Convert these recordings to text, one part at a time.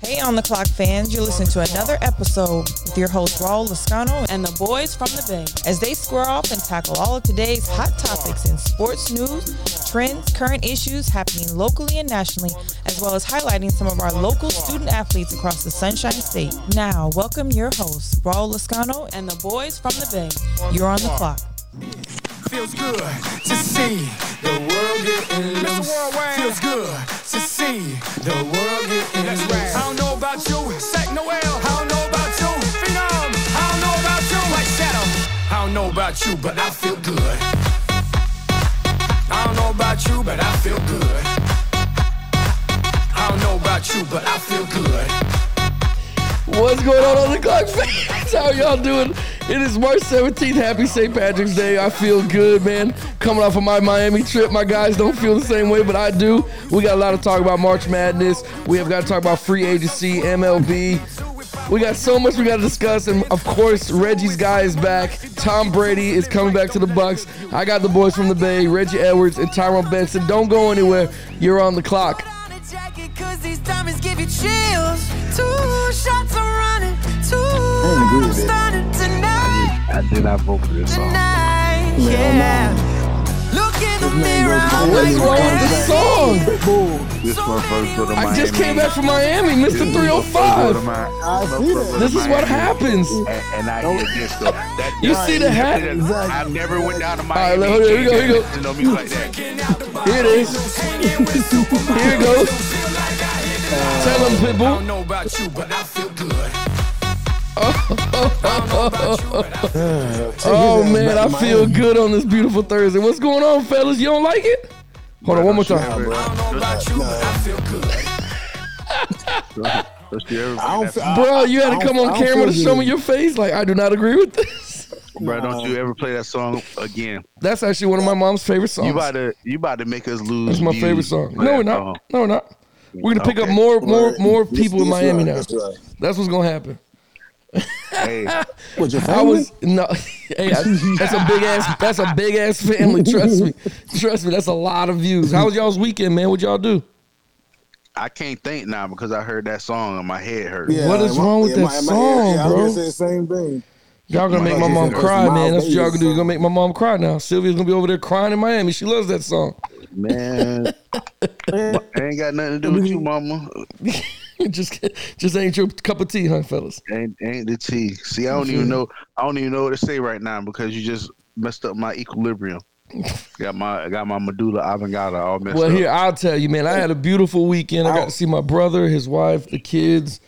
Hey, On the Clock fans, you're listening to another episode with your host, Raul Lascano, and the boys from the Bay. as they square off and tackle all of today's hot topics in sports news, trends, current issues happening locally and nationally, as well as highlighting some of our local student athletes across the Sunshine State. Now, welcome your host, Raul Lascano, and And the boys from the Bay. you're on the clock. Feels good to see the world getting loose. Feels good to see the world getting That's loose. I don't know about you, Sack Noel. I don't know about you, Phenom. I don't know about you, White Shadow. I don't know about you, but I feel good. I don't know about you, but I feel good. I don't know about you, but I feel good. What's going on on the clock, fans? How y'all doing? It is March 17th. Happy St. Patrick's Day. I feel good, man. Coming off of my Miami trip, my guys don't feel the same way, but I do. We got a lot to talk about March Madness. We have got to talk about free agency, MLB. We got so much we got to discuss, and of course, Reggie's guy is back. Tom Brady is coming back to the Bucks. I got the boys from the Bay, Reggie Edwards and Tyrone Benson. Don't go anywhere. You're on the clock. Put on a jacket 'cause these diamonds give you chills. Two shots are running, two agree with it. starting tonight, I did not vote for this song. tonight, yeah. Look in the man mirror, goes I'm What's crazy. like, wrong with this song? This motherfucker go to Miami. I just came back from Miami, Mr. This motherfucker go to 305. Mi- I see this motherfucker that. go to This is what Miami. happens. All And, and I hear this though. That, You see the hat? I never went down to right, Miami. look, here we go, here we go. Listen to music like that. Here it is. Here it goes. Tell him, I Pitbull. don't know about you, but I feel good. Oh, man, I feel good on this beautiful Thursday. What's going on, fellas? You don't like it? Hold on, one more time. bro. I don't know about you, but I feel good. Let's hear everybody. I don't feel. I- Bro, you had to come I on don't camera to feel show good. me your face. Like, I do not agree with this. Bro, don't you ever play that song again? That's actually one of my mom's favorite songs. You about to you about to make us lose. That's my views favorite song. for No, that we're not. song. No, we're not. We're gonna pick up Okay. more, more, Right. more This- people in this Miami right, now. That's right. That's what's gonna happen. Hey, What your I family? was no. Hey, I, that's a big ass. That's a big ass family. Trust me. Trust me. That's a lot of views. How was y'all's weekend, man? What y'all do? I can't think now because I heard that song and my head hurt. Yeah, What is my- wrong with yeah, that my- my- song, yeah, I was bro? gonna say the same thing. Y'all gonna make my Miami mom versus cry, man. Miles That's what y'all gonna do. Davis. You're gonna make my mom cry now. Sylvia's gonna be over there crying in Miami. She loves that song. man. It ain't got nothing to do with you, mama. just, just ain't your cup of tea, huh, fellas? Ain't, ain't the tea. See, I don't even know. I don't even know what to say right now because you just messed up my equilibrium. got my got my medulla oblongata all messed Well, up. here I'll tell you, man. I had a beautiful weekend. I got to see my brother, his wife, the kids.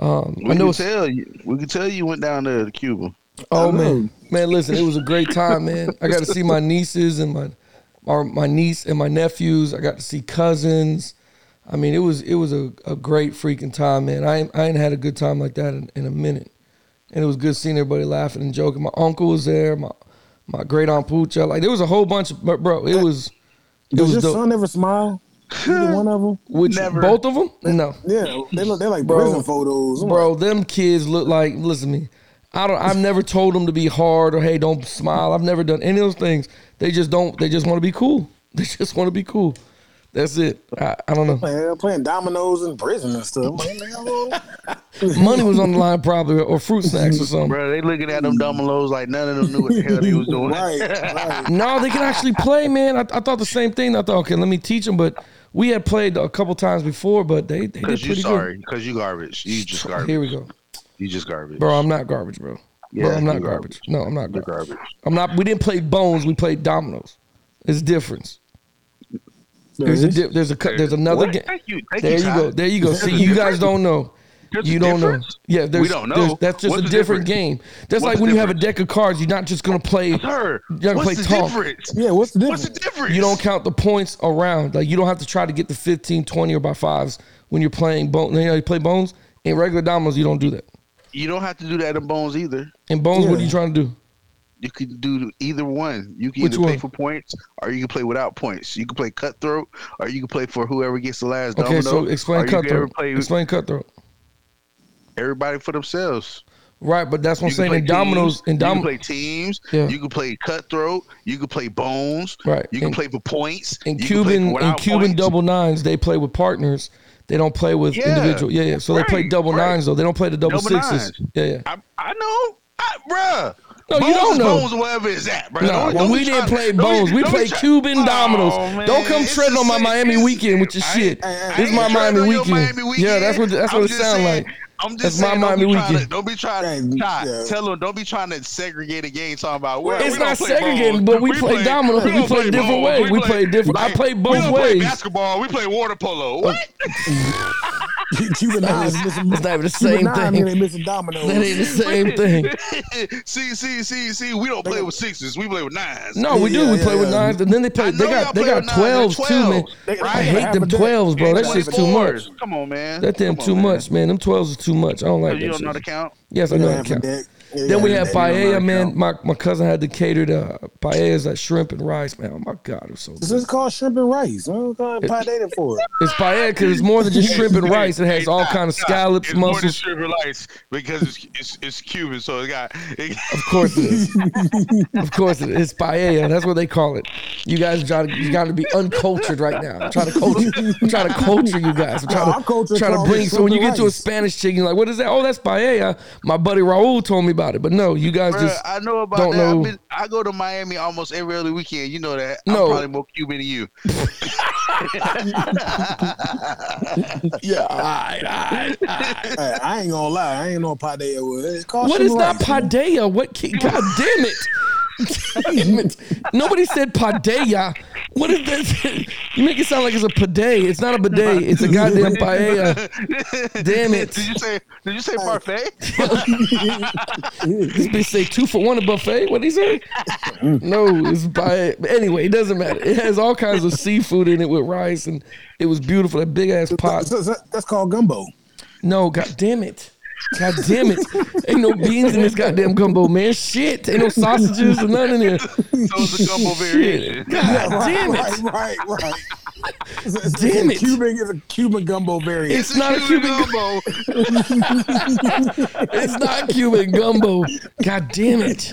we I know can it's- tell you. We can tell you went down there to Cuba. Oh man, man, listen, it was a great time, man. I got to see my nieces and my, our, my niece and my nephews. I got to see cousins. I mean, it was it was a, a great freaking time, man. I ain't, I ain't had a good time like that in, in a minute, and it was good seeing everybody laughing and joking. My uncle was there, my my great aunt Poocha. Like there was a whole bunch of but bro. It was it Does was your dope. son ever smile? Either one of them? Which Never- both of them? No. Yeah, they look. They're like Bro. prison photos. I'm Bro, them kids look like. Listen to me. I don't. I've never told them to be hard or hey, don't smile. I've never done any of those things. They just don't. They just want to be cool. They just want to be cool. That's it. I, I don't know. like, they're playing dominoes in prison and stuff. I'm like, nigga, Money was on the line probably, or fruit snacks or something. Bro, they looking at them dominoes like none of them knew what the hell they was doing. right, right. No, they can actually play, man. I, I thought the same thing. I thought, okay, let me teach them. But we had played a couple times before, but they they did Cause you pretty sorry. Cause you garbage. You just good. Here garbage. we go, You just garbage. bro. I'm not garbage, bro. Yeah, bro, I'm not you garbage. No, I'm not You're garbage. garbage. I'm not. We didn't play bones. We played dominoes. It's difference. There's a di- there's a cu- there's another What? game. Thank you. Thank There you Ty. go. There you go. There's See, a you difference. guys don't know. There's a You don't know. difference? Yeah, there's, we don't know. there's- that's just What's a the different difference? game. That's What's like the when you have a difference? deck of cards. You're not just gonna play. Sir, gotta what's play the talk. difference? Yeah, what's the difference? What's the difference? You don't count the points around. Like you don't have to try to get the 15, 20, or by fives when you're playing bones. You know, you play bones in regular dominoes. You don't do that. You don't have to do that in bones either. In bones, what are Yeah. you trying to do? You can do either one. You can Which either pay one? for points or you can play without points. You can play cutthroat or you can play for whoever gets the last Okay, domino. so or explain you can ever cutthroat. play Explain cutthroat. everybody for themselves. Right, but that's what You I'm saying. can play In dominoes, teams, in you can dominoes, play teams. Yeah. You can play cutthroat. You can play bones. Right, You can and- play for points. in you can play Cuban for in without Cuban points. double nines, they play with partners. They don't play with Yeah. individual. Yeah, yeah. So they play Right, double right. nines though. They don't play the double, Double sixes. nines. Yeah, yeah. I, I know. I, bruh. No, you bones don't is know. Bones, wherever it's at, bruh. No, Don't- when don't we be didn't tryna- play don't be- bones, we don't be played try- Cuban Oh, dominoes. man, don't come it's treading the on my same- Miami it's- weekend with your I shit. ain't- I This is ain't my treading Miami on your weekend. Miami weekend. Yeah, that's what that's I'm what it just sound saying- like. I'm just That's my saying, Miami don't be tryna- weekend. Don't be trying to Hey, Ty, yeah. tell them. Don't be trying to segregate a game. Talking about well, It's we don't not play segregating, bones. but we play dominoes. We don't play different bones. ways. We play different- I play both we don't ways. Uh, Play basketball. We play water polo. What? Cuban nines missing. It's not even the Cuban same nines and thing. they missing dominoes. That ain't the same thing. see, see, see, see. We don't play with sixes. We play with nines. No, we do. Yeah, we yeah, play with yeah. nines, and then they play. I They know y'all got they play got with nines. They're twelves too, man. 12s. They- I they hate have them a day. twelves, bro. Yeah, That shit's too much. 24s. Come on, man. That damn Come on, too man. much, man. Them twelves is too much. I don't like You that don't know the shit. count. Yes, I They know have that a count. deck. They Then we have had a deck. paella, that man. count. My my cousin had to cater to uh, paellas like shrimp and rice, man. Oh my god, it was so This good. is called shrimp and rice. I don't know what I'm for. It's paella because it's more than just shrimp and rice. It has Hey, all nah, kind of nah, scallops, it's more than mussels. sugar lice because it's, it's it's Cuban, so it got. It, Of course it is. of course it is. It's paella. That's what they call it. You guys try to you got to be uncultured right now. I'm trying to culture. I'm trying to culture you guys. I'm Nah, our trying culture to trying to called bring. it So when you shrimp get and to a rice. Spanish chicken, you're like, what is that? Oh, that's paella. My buddy Raul told me about it, but no, you guys Bruh, just I know about don't that. know. I've been, I go to Miami almost every other weekend. You know that. No. I'm probably more Cuban than you. yeah. All right, all right. Hey, I ain't gonna lie, I ain't know what paideia was. It's called What shrimp is and not rice, man. Padea? What? Ki- God damn it. damn it. Nobody said Padea. What is that? You make it sound like it's a bidet. It's not a bidet. It's a goddamn paella. Damn it. Did you say? Did you say parfait? This bitch say two for one a buffet. What did he say? No, it's paella. But anyway, it doesn't matter. It has all kinds of seafood in it with rice, and it was beautiful. That big ass pot. So- so- That's called gumbo. No, god damn it. God damn it. Ain't no beans in this goddamn gumbo, man. Shit. Ain't no sausages or nothing in here. So it's a gumbo variation. Shit. God damn it. Right, right, right. It's, it's, Damn it's it. a Cuban is a Cuban gumbo variant. It's not a Cuban gumbo. It's not Cuban gumbo. God damn it.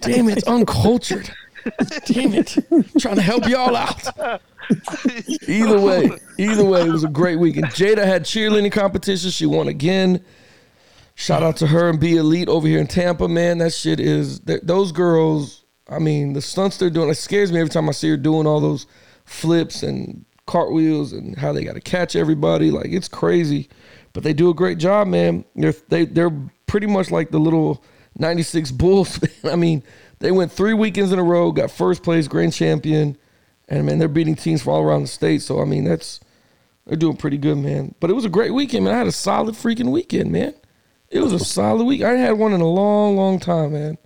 Damn it. Uncultured. Damn it. Trying to help y'all out. Either way, either way, it was a great weekend. Jada had cheerleading competition. She won again. Shout out to her and be elite over here in Tampa, man. That shit is th- those girls. I mean, the stunts they're doing. It scares me every time I see her doing all those flips and cartwheels and how they got to catch everybody. Like it's crazy, but they do a great job, man. They're they, they're pretty much like the little '96 Bulls. man. I mean, they went three weekends in a row, got first place, grand champion, and man, they're beating teams from all around the state. So I mean, that's they're doing pretty good, man. But it was a great weekend, man. I had a solid freaking weekend, man. It was a solid week. I ain't had one in a long, long time, man.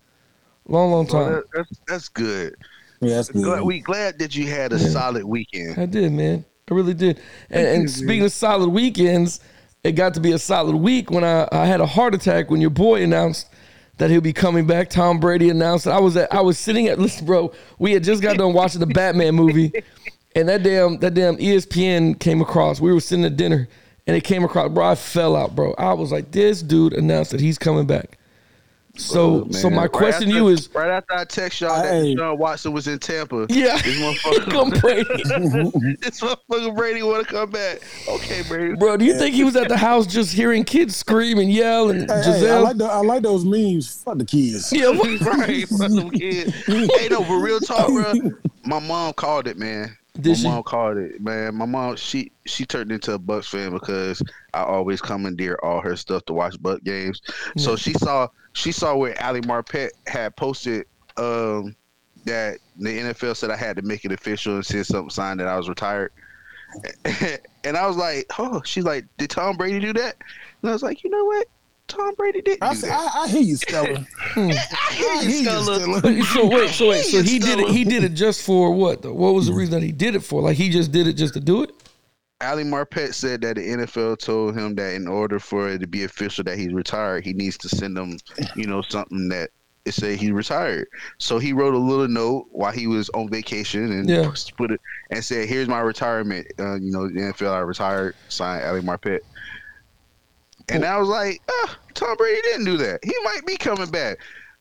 Long, long Well, time. that- that's, that's good. yeah, that's Glad, good. we glad that you had a solid weekend. I did, man. I really did. And, and speaking of solid weekends, it got to be a solid week when I, I had a heart attack when your boy announced that he'll be coming back. Tom Brady announced it. I was at I was sitting at listen, bro. We had just got done watching the Batman movie, and that damn that damn E ESPN came across. We were sitting at dinner, and it came across. Bro, I fell out, bro. I was like, this dude announced that he's coming back. So, Oh, Man, so my right question to after- you is, right after I text y'all that Hey. Sean Watson was in Tampa. Yeah. this he motherfucker, come play. this motherfucker Brady want to come back. Okay, Brady. Bro, do you think he was at the house just hearing kids scream and yell and Hey, hey, I Giselle? like the, I like those memes. Fuck the kids. yeah, what- right, fuck them kids. hey, no, for real talk, bro. My mom called it, man. Did my she? mom called it, man. My mom, she she turned into a Bucks fan because I always commandeer all her stuff to watch Buck games. So she saw she saw where Ali Marpet had posted um, that the NFL said I had to make it official and send something signed that I was retired. and I was like, oh, she's like, did Tom Brady do that? And I was like, you know what? Tom Brady didn't I, do say, that. I, I hear you, Stella. I hear I hear you, Stella. so wait, so wait, so he It's did it. He did it just for what? Though? What was Mm-hmm. the reason that he did it for? Like he just did it just to do it. Ali Marpet said that the NFL told him that in order for it to be official that he's retired, he needs to send them, you know, something that it said he retired. So he wrote a little note while he was on vacation and Yeah. put it and said, "Here's my retirement. Uh, you know, the NFL, I retired." Signed Ali Marpet. And I was like, ah, Tom Brady didn't do that. He might be coming back.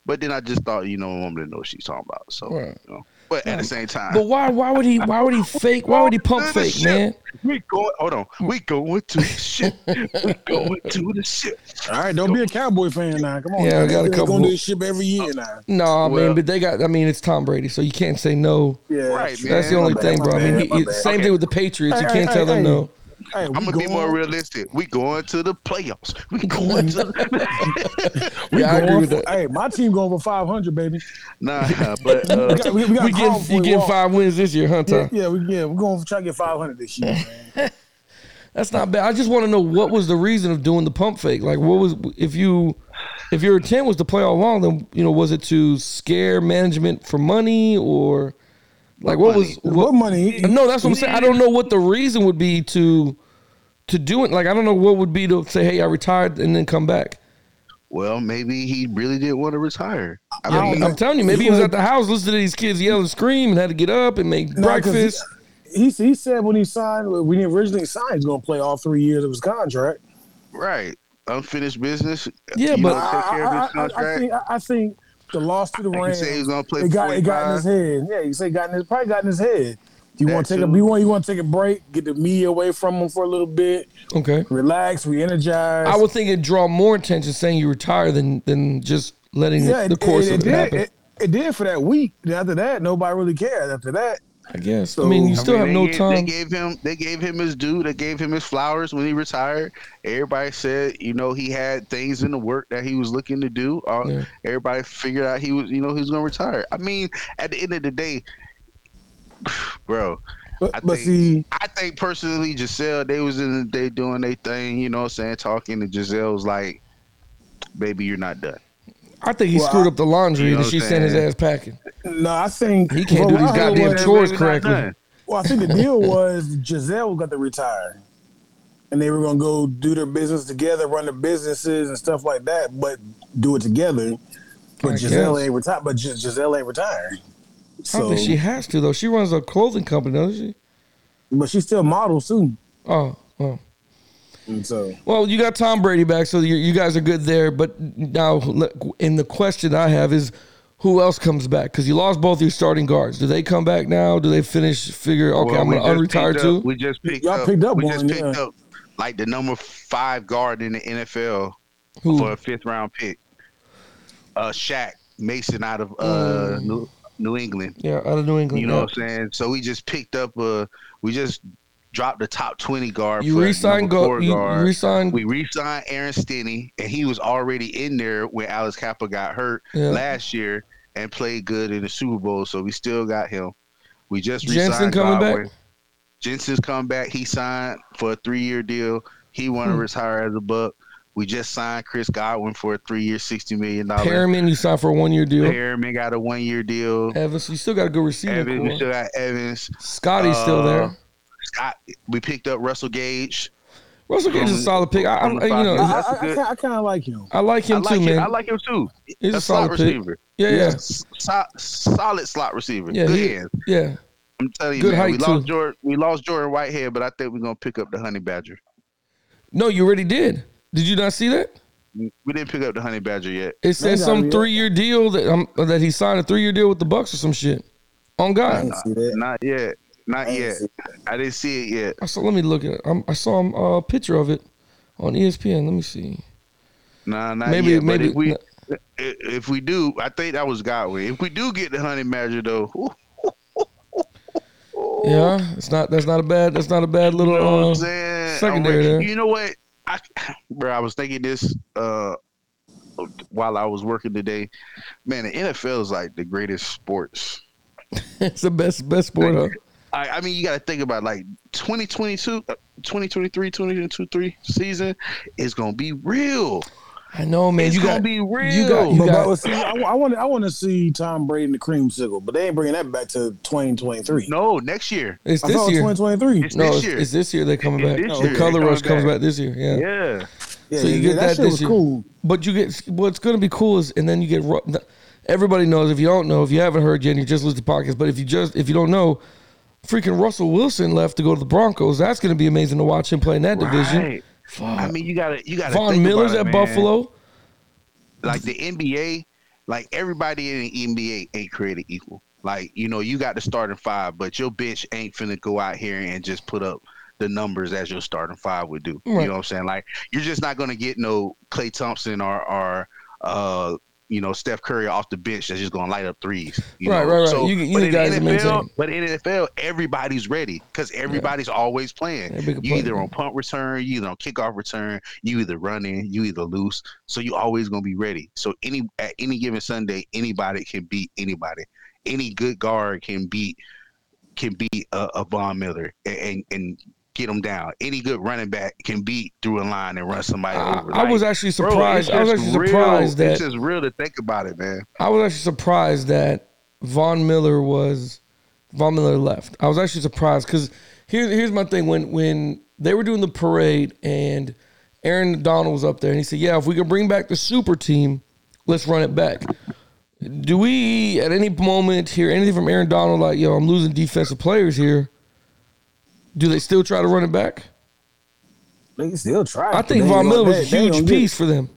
But then I just thought, you know, I'm gonna know what she's talking about. So, Right. you know. But at the same time, But why? Why would he? Why would he fake? Why would he pump to the fake, ship. man? We going. Hold on. We going to the ship. We going to the ship. All right, don't be a cowboy fan now. Come on. Yeah, I now. got a They couple- Gonna do this shit every year now. No, I Well- mean, but they got. I mean, it's Tom Brady, so you can't say no. Yeah, Right, that's- man. That's the my only bad, thing, my bro. I mean, bad, he, my he- bad. same Okay. thing with the Patriots. You Hey, can't hey, tell hey, them hey. no. Hey, we I'm gonna be going- more realistic. We going to the playoffs. We going to. The... we Yeah, I agree going with for- that. Hey, my team going for five hundred, baby. nah, but We uh, got, we, we got We Colin get you Floyd get Wall. five wins this year, huh, Yeah, Tom? yeah, we, yeah, we're going to try to get five hundred this year. Man. That's not bad. I just want to know what was the reason of doing the pump fake. Like, what was if you if your intent was to play all along? Then you know, was it to scare management for money or like what was What, money? No, that's what I'm saying. I don't know what the reason would be to to do it. Like I don't know what would be to say, hey, I retired and then come back. well, maybe he really didn't want to retire. I Yeah, mean, I'm telling you, maybe he was at the house listening to these kids yell and scream and had to get up and make Nah, 'cause breakfast. He he said when he signed, when he originally signed, he's going to play all three years of his contract. right. Unfinished business. Yeah, You but- gonna take care of I, his I- I- I contract. think I, I think the loss to the He Rams. said he was gonna play it got it got in his 45. head. Yeah, you say got in his probably got in his head. You That want to take too. a you want you want to take a break, get the media away from him for a little bit, Okay. relax, re-energize. I would think it'd draw more attention saying you retire than than just letting yeah, the course of it, did, happen. It, it did for that week. And After that, nobody really cared. After that, I guess. I so- mean, you I still I mean, have no they gave, time. They gave him they gave him his due. They gave him his flowers when he retired. Everybody said, you know, he had things in the work that he was looking to do. Uh, Yeah. Everybody figured out he was, you know, he was gonna retire. I mean, at the end of the day, bro. but, I but think- see, I think personally, Giselle, they was in they doing their thing, you know what I'm saying, talking and Giselle was like, Baby, you're not done. I think he Well, screwed I- up the laundry You know and what she I'm sent his saying? ass packing. no, I think He can't do well, these I heard goddamn was- chores Baby, not correctly. done. Well, I think the deal was Giselle was going to retire, and they were going to go do their business together, run their businesses and stuff like that, but do it together. But I Giselle guess. ain't retired. But Gis- Giselle ain't retired. I don't So, think she has to though. She runs a clothing company, doesn't she? but she still models too. Oh, well. And so, Well, you got Tom Brady back, so you, you guys are good there. But now, look, and the question I have is, who else comes back? Because you lost both your starting guards. Do they come back now? Do they finish? Figure okay, Well, I'm we gonna just unretire picked too. Up, we just picked Y'all up. picked up we one, just picked yeah. up like the number five guard in the NFL Who? for a fifth round pick. Uh, Shaq Mason out of uh Mm. New, New England. yeah, out of New England. You know yeah. what I'm saying? So we just picked up uh we just dropped the top twenty guard. You for re-signed number go- four you, you guard. re-signed. we re-signed Aaron Stinney, and he was already in there when Alex Kappa got hurt Yeah. last year and played good in the Super Bowl. So we still got him. We just Jensen re-signed coming back? Godwin. Jensen's come back. He signed for a three-year deal. He want to Hmm. retire as a buck. We just signed Chris Godwin for a three-year, sixty million dollar. Perriman, you signed for a one year deal. Perriman got a one-year deal. Evans, you still got a good receiver. Evans, we core. still got Evans. Scotty's still Uh, there. Scott, we picked up Russell Gage. Russell Gage is a um, solid pick. I, I, um, you know, I, That's I, a I, good- I kind of like him. I like him I like too, him. man. I like him too. He's a slot solid pick. receiver. yeah, yeah, S- so- solid slot receiver. yeah, Good he- hands. yeah. I'm telling you, good man, we height, lost too. Jordan. We lost Jordan Whitehead, but I think we're gonna pick up the honey badger. No, you already did. Did you not see that? We didn't pick up the honey badger yet. It says gotta be some it. three year deal that um, that he signed a three year deal with the Bucks or some shit. On I God, didn't see that. Not yet. Not I didn't yet. see I didn't see it yet. I saw. Let me look at. It. I'm, I saw um, a picture of it on E ESPN. Let me see. Nah, not Maybe- yet. maybe- but if we i- if we do, I think that was Godwin. If we do get the honey badger though, ooh, Yeah, it's not. That's not a bad. That's not a bad little. you know what uh, I'm saying? secondary I'm there. like, you know what? I, bro, I was thinking this uh, while I was working today. Man, the NFL is like the greatest sports it's the best best sport. Huh? I, I mean, you got to think about like 2022, uh, 2023, 2023 season is going to be real. I know, man. it's you going got. to be real. you got- But, got- but see, I, want I want to see Tom Brady and the creamsicle, but they ain't bringing that back to twenty twenty three. no, next year. It's I thought this it year. was twenty twenty three. It's No, this it's, year. it's this year they're coming It's back. this The year color they're rush coming comes back. back this year. Yeah. Yeah. Yeah, So you yeah, get that, that shit this was year. cool. But you get what's going to be cool is, and then you get ru- everybody knows. If you don't know, if you haven't heard yet, and you just listened to podcasts. But if you just if you don't know, freaking Russell Wilson left to go to the Broncos. That's going to be amazing to watch him play in that division. Right. I mean, you got to, you got to, Von Miller's at Buffalo. Like the NBA, like everybody in the NBA ain't created equal. Like, you know, you got the starting five, but your bitch ain't finna go out here and just put up the numbers as your starting five would do. You Right. know what I'm saying? Like, you're just not gonna get no Clay Thompson or or uh you know Steph Curry off the bench that's just gonna light up threes. You Right, know? right, right. So, You- you but in guys the maintain. NFL, but in the NFL, everybody's ready because everybody's always playing. Everybody can you play. either on punt return, you either on kickoff return, you either running, you either loose. So you always gonna be ready. So any at any given Sunday, anybody can beat anybody. Any good guard can beat can beat a, a Von Miller and, and and get him down. Any good running back can beat through a line and run somebody I, over. I was Like, actually bro, surprised. it's I was just actually real- surprised that it's just real to think about it, man. I was actually surprised that Von Miller was Von Miller left. I was actually surprised because here's here's my thing when when they were doing the parade and Aaron Donald was up there and he said, "Yeah, if we can bring back the super team, let's run it back." Do we at any moment hear anything from Aaron Donald like, "Yo, I'm losing defensive players here"? Do they still try to run it back? They can still try. I it, but think they Von ain't Miller gonna- was a they- they ain't huge gonna get- piece for them.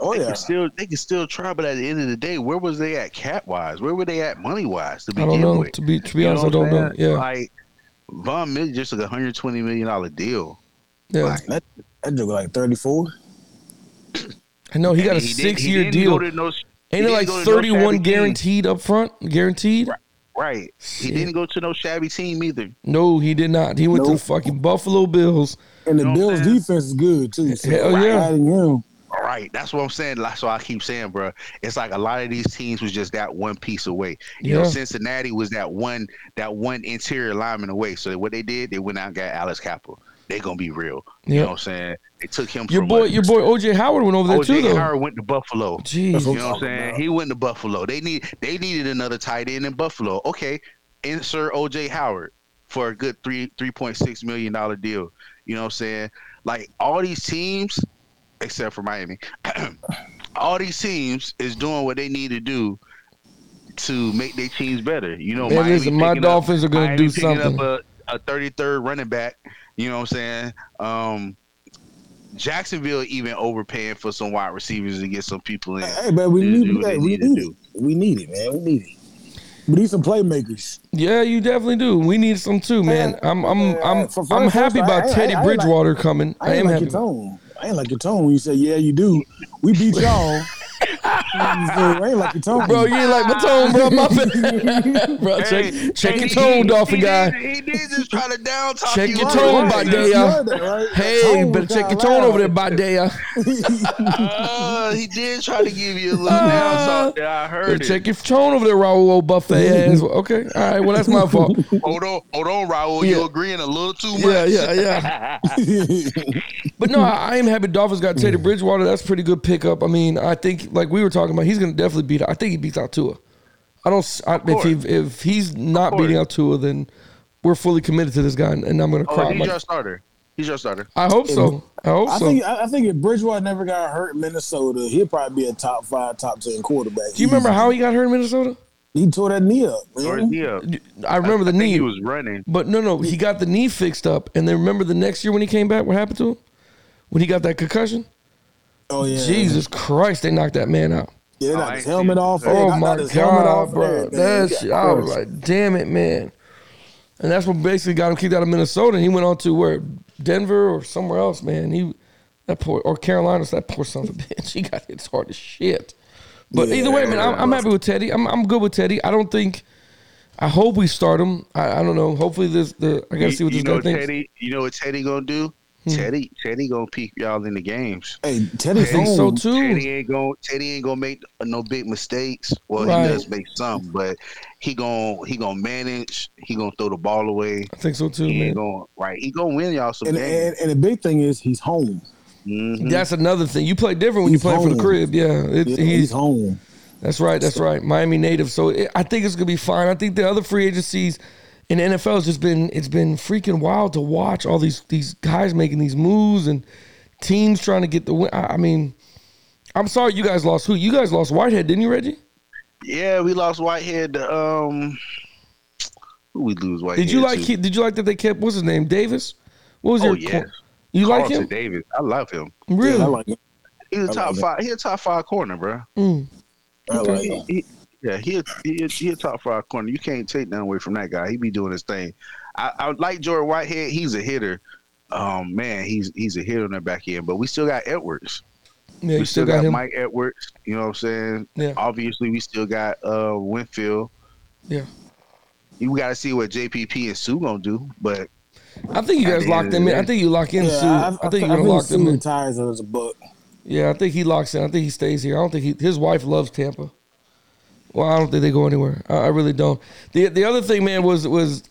Oh They yeah, can still they can still try, but at the end of the day, where was they at cap wise? Where were they at money wise to I don't begin know. with? To be to be You honest, I what don't I'm know. saying? Yeah, Like Von Miller just took a hundred twenty million dollar deal. yeah. like, that joke like thirty four. I know he got a And he didn't- six he year didn't deal. go to no- he Ain't it didn't like go to no thirty one shabby team. guaranteed up front? Guaranteed? Right. He Shit. didn't go to no shabby team either. No, he did not. He went to Nope. fucking Buffalo Bills. And the You know what I'm Bills saying? defense is good too. So Hell yeah. adding him, All right, that's what I'm saying. That's why I keep saying, bro. It's like a lot of these teams was just that one piece away. You know, Yeah. Cincinnati was that one that one interior lineman away. So what they did, they went out and got Alex Capel. They gonna be real. You Yeah. know what I'm saying? They took him. Your from boy, a- your boy OJ Howard went over there too, OJ though. Howard went to Buffalo. Jeez. You know what I'm saying? He went to Buffalo. They need they needed another tight end in Buffalo. Okay, insert OJ Howard for a good three three point six million dollar deal. You know what I'm saying? Like all these teams, except for Miami, all these teams is doing what they need to do to make their teams better. You know, Man, Miami listen, my picking up- Dolphins are gonna Miami do picking something. Up a, a 33rd running back. You know what I'm saying? Um, Jacksonville even overpaying for some wide receivers to get some people in. hey man, we to need, do we, what they we need to need it. do. We need it, man. We need it. We need some playmakers. Yeah, you definitely do. We need some too, man. I'm, I'm, Yeah, I'm, for- for I'm us, happy I- about I- I- Teddy I like- Bridgewater coming. I I ain't am like happy. your tone. I ain't like your tone when you say, "Yeah, you do." We beat y'all. I ain't like your tone, Bro, you ain't like my tone, bro. My bad. bro, Hey, check, check hey, your he- tone, he- Dolphin he guy. did- He did just try to down talk Check you your up. tone, Right. by day. Yeah, that, right? Hey, Tone better was check your kinda tone over there, loud. Badea. Uh, he did try to give you a little down talk there. I Better heard it. Uh, check your tone over there, Raul old buffet ass. Okay, all right. Well, that's my fault. Hold on, hold on, Raul. Yeah. You're agreeing a little too much. Yeah, yeah, yeah. but no, I, I am happy Dolphins got Teddy Bridgewater. That's a pretty good pickup. I mean, I think like we were talking about, he's going to definitely beat. I think he beats Altua. I don't. s- I, if course. he if he's not beating Altua, then we're fully committed to this guy, and, and I'm going to Oh, cry. he's my- your starter. He's your starter. I hope so. I hope I so. think I I think if Bridgewater never got hurt in Minnesota, he'd probably be a top five, top ten quarterback. Do you remember how he got hurt in Minnesota? he tore that knee up? Or Man. is he up? I remember the I think knee. he was running. But no, no, he got the knee fixed up, and then remember the next year when he came back, what happened to him? When he got that concussion? Oh yeah, Jesus Christ, they knocked that man out. Yeah, they I knocked his ain't helmet seen off. it. They Oh knocked my his helmet god, off and bro! everything. That Yeah, shit, I was crushed. like, damn it, man. And that's what basically got him kicked out of Minnesota. And he went on to where Denver or somewhere else, man. He that poor or Carolina, so that poor son of a bitch. He got hit hard as shit. But either way, man, I'm, I'm happy with Teddy. I'm, I'm good with Teddy. I don't think. I hope we start him. I, I don't know. Hopefully this the I gotta You, see what you this know guy thinks. Hmm. Teddy. You know what Teddy gonna do? Teddy, Teddy gonna peek y'all in the games. Hey, Teddy I think so Phone. too. Teddy ain't gonna Teddy ain't gonna make no big mistakes. Well, Right. he does make some, but he gonna he gonna manage. He gonna throw the ball away. I think so too, He man. ain't gonna right. He gonna win y'all some And, games. and and the big thing is he's home. Mhm. That's another thing. You play different when you He's play for the home. crib. Yeah, it's, Yeah, he's he's home. That's right. That's right. Miami native. So it, I think it's gonna be fine. I think the other free agencies in the NFL has just been it's been freaking wild to watch all these these guys making these moves and teams trying to get the win. I, I mean, I'm sorry you guys lost who? You guys lost Whitehead, didn't you, Reggie? Yeah, we lost Whitehead. To, um, who we lose Whitehead? Did you like to? he, Did you like that they kept what's his name Davis? What was Oh, your yes. cor- You like Carlton him? Davis? I love him. Yeah, Really? I like him. He's a I top like him. five. He's a top five corner, bro. I like him. He, Yeah, he he he a top five corner. You can't take nothing away from that guy. He be doing his thing. I, I like Jordan Whitehead. He's a hitter. Um, man, he's he's a hitter on the back end. But we still got Edwards. Yeah, you we still got, Mike Edwards. You know what I'm saying? Yeah. Obviously, we still got uh Winfield. Yeah. You got to see what JPP and Sue gonna do. But I think you At guys the locked end of him the in. I day. think you lock in Sue. I, think you're gonna lock him in. retires as a book. Yeah, I think he locks in. I think he stays here. I don't think he, his wife loves Tampa. Well, I don't think they go anywhere. I, I really don't. The the other thing, man, was was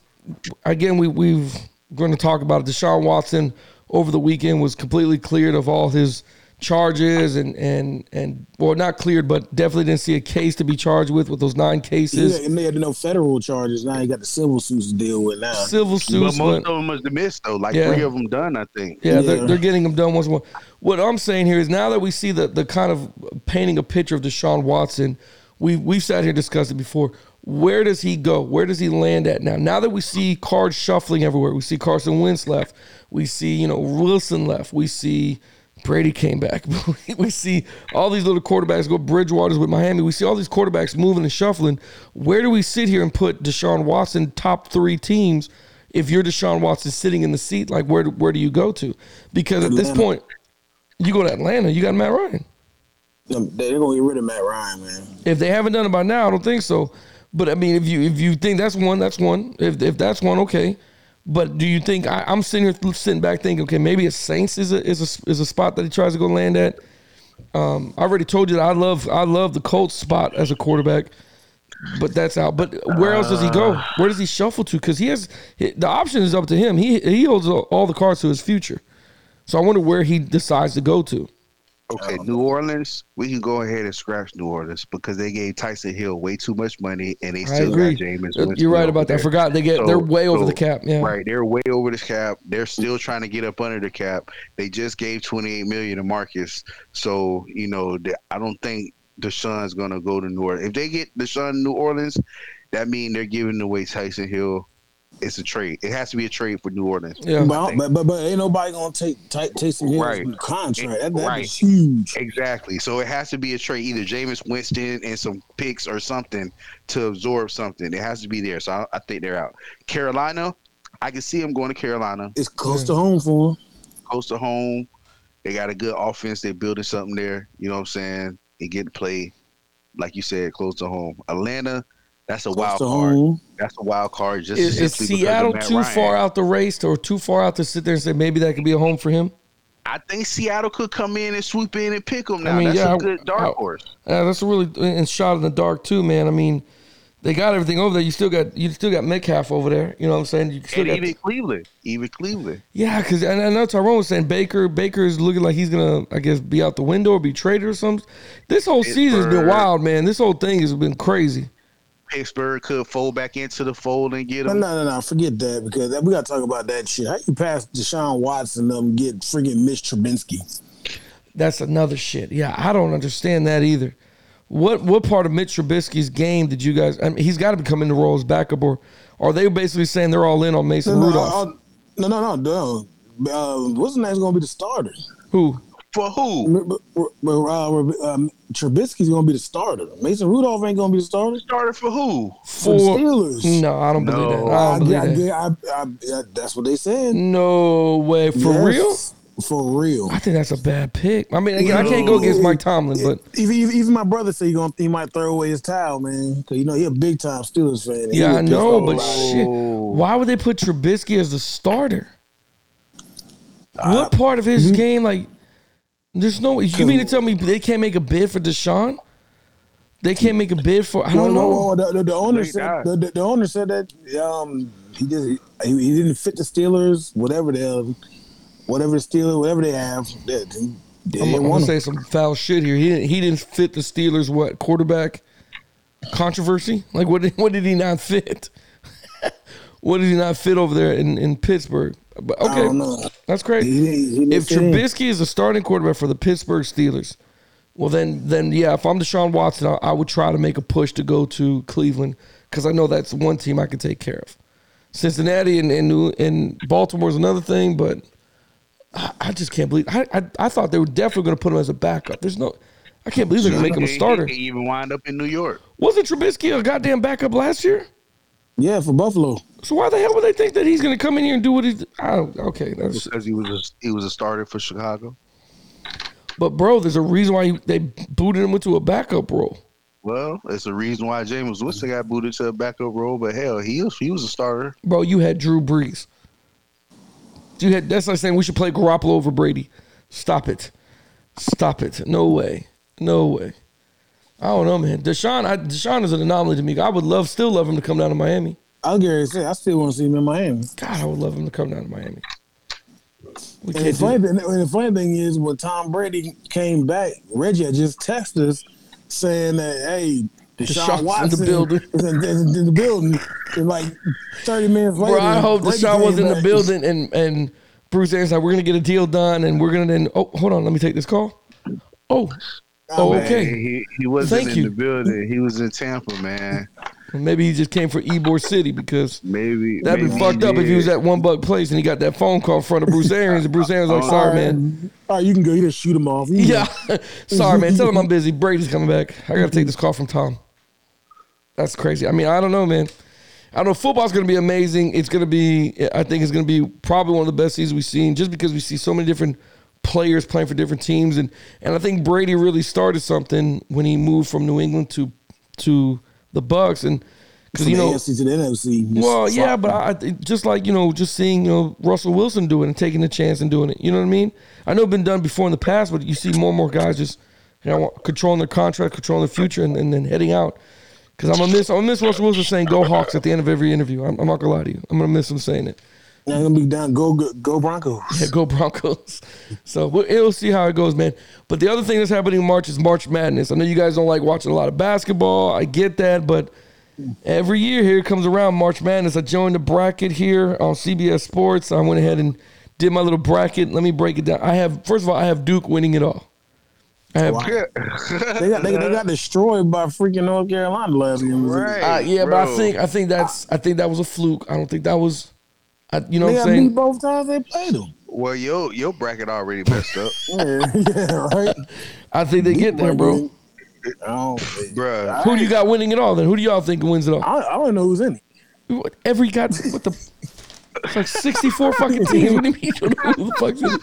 again we we've going to talk about it. Deshaun Watson over the weekend was completely cleared of all his charges and and and well, not cleared, but definitely didn't see a case to be charged with with those nine cases. Yeah, and they had no federal charges. Now you got the civil suits to deal with now. Civil but suits, most but- of them was the miss though. Like Yeah. three of them done, I think. Yeah, They're, Yeah. they're getting them done once more. What I'm saying here is now that we see the, the kind of painting a picture of Deshaun Watson, we we've sat here discussed it before. Where does he go? Where does he land at now? Now that we see cards shuffling everywhere, we see Carson Wentz left, we see you know Wilson left, we see Brady came back, we see all these little quarterbacks go Bridgewater's with Miami, we see all these quarterbacks moving and shuffling. Where do we sit here and put Deshaun Watson top three teams? if you're Deshaun Watson sitting in the seat, like where where do you go to? Because at this Atlanta. point, you go to Atlanta, you got Matt Ryan. They're gonna get rid of Matt Ryan, man. If they haven't done it by now, I don't think so. But I mean, if you if you think that's one, that's one. If if that's one, okay. But do you think I, I'm sitting here sitting back thinking, okay, maybe a Saints is a is a is a spot that he tries to go land at. Um, I already told you that I love I love the Colts spot as a quarterback, but that's out. But where else does he Uh. go? Where does he shuffle to? Because he has he- the option is up to him. He he holds all the cards to his future. So I wonder where he decides to go to. Okay, New Orleans, we can go ahead and scratch New Orleans because they gave Tyson Hill way too much money and they I still agree. got Jameis. Uh, Winston You're right over about that. I there. forgot they get they're So- way over so, the cap. Yeah. Right. They're way over the cap. They're still trying to get up under the cap. They just gave 28 million to Marcus. So, you know, the, I don't think Deshaun's going to go to New Orleans. If they get Deshaun to New Orleans, that means they're giving away Tyson Hill. It's a trade. It has to be a trade for New Orleans. Yeah. But, but but but ain't nobody gonna take t- Taysom Hill's Right. contract. That, that Right. is huge. Exactly. So it has to be a trade, either Jameis Winston and some picks or something to absorb something. It has to be there. So I, I think they're out. Carolina, I can see them going to Carolina, It's close to home for him. close to home. They got a good offense. They're building something there. You know what I'm saying? And get to play, like you said, close to home. Atlanta, that's a Close wild to card. home. That's a wild card. Just Is, is simply because of Seattle Matt too Ryan. far out the race or too far out to sit there and say maybe that could be a home for him? I think Seattle could come in and swoop in and pick them now. mean, that's yeah, I- a good dark I- horse. Yeah, Uh, that's a really and shot in the dark too, man. I mean, they got everything over there. You still got you still got Metcalf over there. You know what I'm saying? You still And got, even Cleveland. Even Cleveland. yeah, because and I know Tyrone was saying Baker Baker is looking like he's gonna I guess be out the window or be traded or something. This whole season's been Pittsburgh. wild, man. This whole thing has been crazy. Pittsburgh could fold back into the fold and get No, him. no, no, no. Forget that because that, we gotta talk about that shit. How you pass Deshaun Watson up and get freaking Mitch Trubinsky? That's another shit. Yeah, I don't understand that either. What what part of Mitch Trubisky's game did you guys? I mean, he's got to come in the role as backup, or are they basically saying they're all in on Mason No, uh, no, Rudolph? I- I- no, no, no, no. Uh, what's the name's gonna be the starter? Who? For who? R- r- r- uh, um, Trubisky's gonna be the starter. Mason Rudolph ain't gonna be the starter. Starter for who? For the Steelers. No, I don't believe No. that. I I, don't believe I, that. I, I, I, that's what they said. No way, for real. Yes, For real. I think that's a bad pick. I mean, again, I can't go against Mike Tomlin, but Even, even, even my brother said he, gonna, he might throw away his towel, man. Cause you know he a big time Steelers fan. and he yeah, was I pissed know. off But about it. shit, why would they put Trubisky as the starter? What part of Mm-hmm. his game, like, there's no. You mean to tell me they can't make a bid for Deshaun? They can't make a bid for. I Well, don't know. well, well, the, the, the owner Great guy. said the, the, the owner said that um, he just he, he didn't fit the Steelers, whatever the hell- whatever the Steelers, whatever they have. They, they I'm, didn't I'm want gonna him. say some foul shit here. He didn't, he didn't fit the Steelers what quarterback controversy. Like what did, what did he not fit? what did he not fit over there in, in Pittsburgh? But I don't okay, know. that's crazy. He didn't- he didn't if fit in. Trubisky is the starting quarterback for the Pittsburgh Steelers, well then then yeah, if I'm Deshaun Watson, I, I would try to make a push to go to Cleveland because I know that's one team I can take care of. Cincinnati and and, New, and Baltimore's another thing, but I, I just can't believe. I, I I thought they were definitely going to put him as a backup. There's no. I can't believe they're gonna make him a He- starter. He, he even wind up in New York. Wasn't Trubisky a goddamn backup last year? Yeah, for Buffalo. So why the hell would they think that he's gonna come in here and do what he? I, okay, that's because he was a, he was a starter for Chicago. but bro, there's a reason why you, they booted him into a backup role. Well, it's the reason why James Winston got booted to a backup role, but hell, he was he was a starter. Bro, you had Drew Brees. You had that's like saying we should play Garoppolo over Brady. Stop it. Stop it. No way. No way. I don't know, man. Deshaun, I, Deshaun is an anomaly to me. I would love, still love him to come down to Miami. I'll guarantee. I still want to see him in Miami. God, I would love him to come down to Miami. We And the, can't do funny it. thing, and the funny thing is, when Tom Brady came back, Reggie had just texted us saying that, hey, Deshaun's Deshaun in Watson the building. is in, is in the building. And like 30 minutes later. Bro, I hope Reggie Deshaun was came in the back. building and and Bruce Arians like, we're gonna get a deal done and we're gonna then oh hold on, let me take this call. Oh, oh man. okay. He, he wasn't Thank in you. the building. He was in Tampa, man. Maybe he just came for Ebor City because Maybe That'd maybe be fucked up if he did. was at one buck place and he got that phone call in front of Bruce Arians and Bruce Arians like, sorry man. Um, All right, you can go. You just shoot him off. You can Yeah. sorry man. Tell him I'm busy. Brady's coming back. I gotta take this call from Tom. That's crazy. I mean, I don't know, man. I don't know football's gonna be amazing. It's gonna be I think it's gonna be probably one of the best seasons we've seen just because we see so many different players playing for different teams and and I think Brady really started something when he moved from New England to to the Bucks and because From you the know AFC to the NFC. Just Well, yeah, fuck. but I I think just like you know, just seeing you know Russell Wilson do it and taking a chance and doing it. You know what I mean? I know it's been done before in the past, but you see more and more guys just you know controlling their contract, controlling their future, and, and then heading out. Because I'm gonna miss, I'm gonna miss Russell Wilson saying "Go Hawks" at the end of every interview. I'm, I'm not gonna lie to you. I'm gonna miss him saying it. Now gonna be down. Go, go, go Broncos. Yeah, go Broncos. So we'll, we'll see how it goes, man. But the other thing that's happening in March is March Madness. I know you guys don't like watching a lot of basketball. I get that, but every year here comes around March Madness. I joined the bracket here on CBS Sports. I went ahead and did my little bracket. Let me break it down. I have first of all, I have Duke winning it all. I have They got, they, they got destroyed by freaking North Carolina last game. Right, Uh, yeah, but I bro. think I think that's I think that was a fluke. I don't think that was, I, you know They what I'm got saying. beat both times they played them. well, yo, your bracket already messed up, Yeah, yeah right. I think they get there, bro. I don't, Bruh. Who do you got winning it all? Then who do y'all think wins it all? I, I don't know who's in it. What, every god, what the? It's like sixty-four fucking teams. What do you mean? You don't know who the fuck's in it?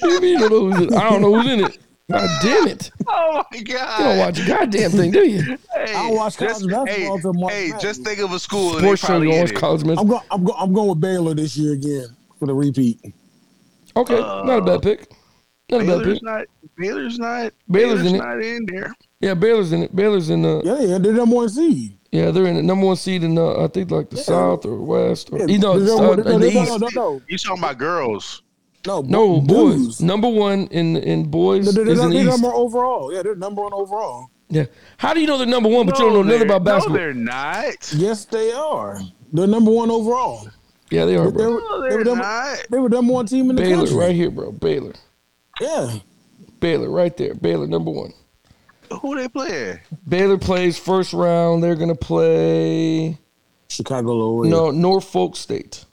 What do you mean? You don't know who's in it? I don't know who's in it. God damn it! You Oh my god! don't watch a goddamn thing, do you? Hey, I don't watch college just- basketball hey, till March Hey, Madness. just think of a school. and they Sports Channel probably you don't in watch it. college I'm man. going. I'm going. I'm going with Baylor this year again for the repeat. Oh, Okay, not a bad pick. Not a bad Uh, Baylor's pick. not. Baylor's not. Baylor's Baylor's, in it. not in there. Yeah, Baylor's in it. Baylor's in the. Yeah, yeah, they're number one seed. Yeah, they're in the number one seed in the. I think like the South or West or Yeah, you know they're uh, number- in no, the no, East. No, no, You talking about girls? no, No boys. dudes. Number one in in boys They're, they're, is in they're the East. number overall. Yeah, they're number one overall. Yeah. How do you know they're number one, but you don't know nothing they're- about basketball? No, they're not. Yes, they are. They're number one overall. yeah, they are. They Bro. were, No, they they're were number, not. they were number one team in the Baylor, country. right here, bro. Baylor. Yeah. Baylor, right there. Baylor, number one. Who they playing? Baylor plays first round. They're gonna play Chicago Loyola. no Norfolk State.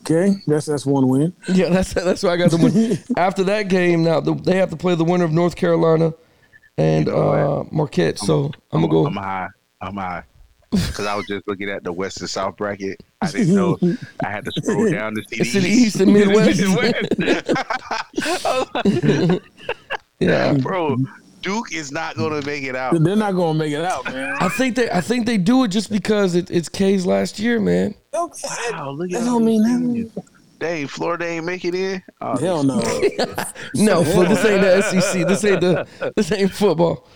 Okay, that's that's one win. Yeah, that's that's why I got the win. After that game, now the, they have to play the winner of North Carolina and uh, Marquette. So I'm, gonna go. I'm high. I'm high. Because I was just looking at the West and South bracket. I didn't know. I had to scroll down to see It's in the East and Midwest. yeah, Bro, Duke is not going to make it out. They're not gonna make it out, man. I think they I think they do it just because it, it's K's last year, man. Okay. Wow, look That at don't mean nothing. Dang, Florida ain't make it in. Oh, Hell no. No, fool, this ain't the SEC. This ain't the this ain't football.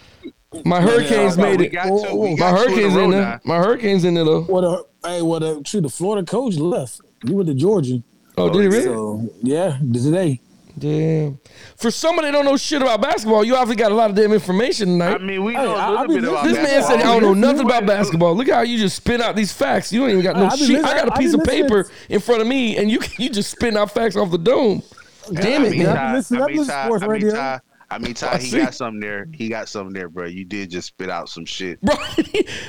My Hurricanes bro, made we it. Oh, got two- we My got two in a Hurricanes row in now. there. My Hurricanes in there though. what a hey, what a shoot, the Florida coach left. He went to Georgia. Oh, did he really? So yeah, today. Damn. For someone that don't know shit about basketball, you obviously got a lot of damn information I tonight. mean, uh, we Hey, know I- a I little be bit about listening. this man said, I don't know nothing about basketball. Look how you just spin out these facts. You don't even got no I- I be shit. I listening- got a I piece be of listening. paper in front of me, and you you just spin out facts off the dome. Damn it, mean, man. I- listen, I listen to sports I mean, radio. Ty, I mean, I Ty, he see. got something there. He got something there, bro. You did just spit out some shit. Bro,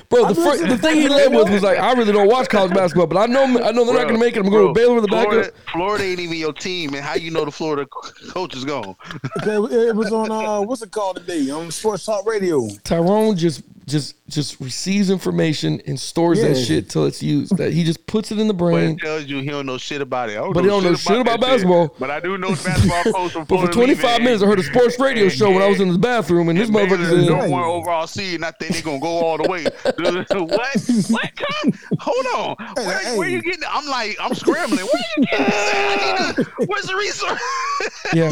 bro, the, fir- the thing he led with was like, I really don't watch college basketball, but I know I know they're not Bro, going to make it. I'm going bro, to Baylor with the Florida, backup. Florida ain't even your team, and how you know the Florida coach is gone? It it was on uh, what's it called today? On Sports Talk Radio. Tyrone just just just receives information and stores that Yeah. shit till it's used. That he just puts it in the But brain. it tells you he don't know shit about it. I But he don't know shit about that basketball. But I do know the basketball coach from But for Florida 25 League, minutes, I man. heard a sports radio And- show when I was and- in the bathroom, and this and Baylor motherfucker is said, number one overall seed, and I think they're gonna go all the way. what? What? Come- Hold on. Where, Hey, where hey. you getting? I'm like, I'm scrambling. Where you getting this at? I need to- Where's the resource? "Yeah,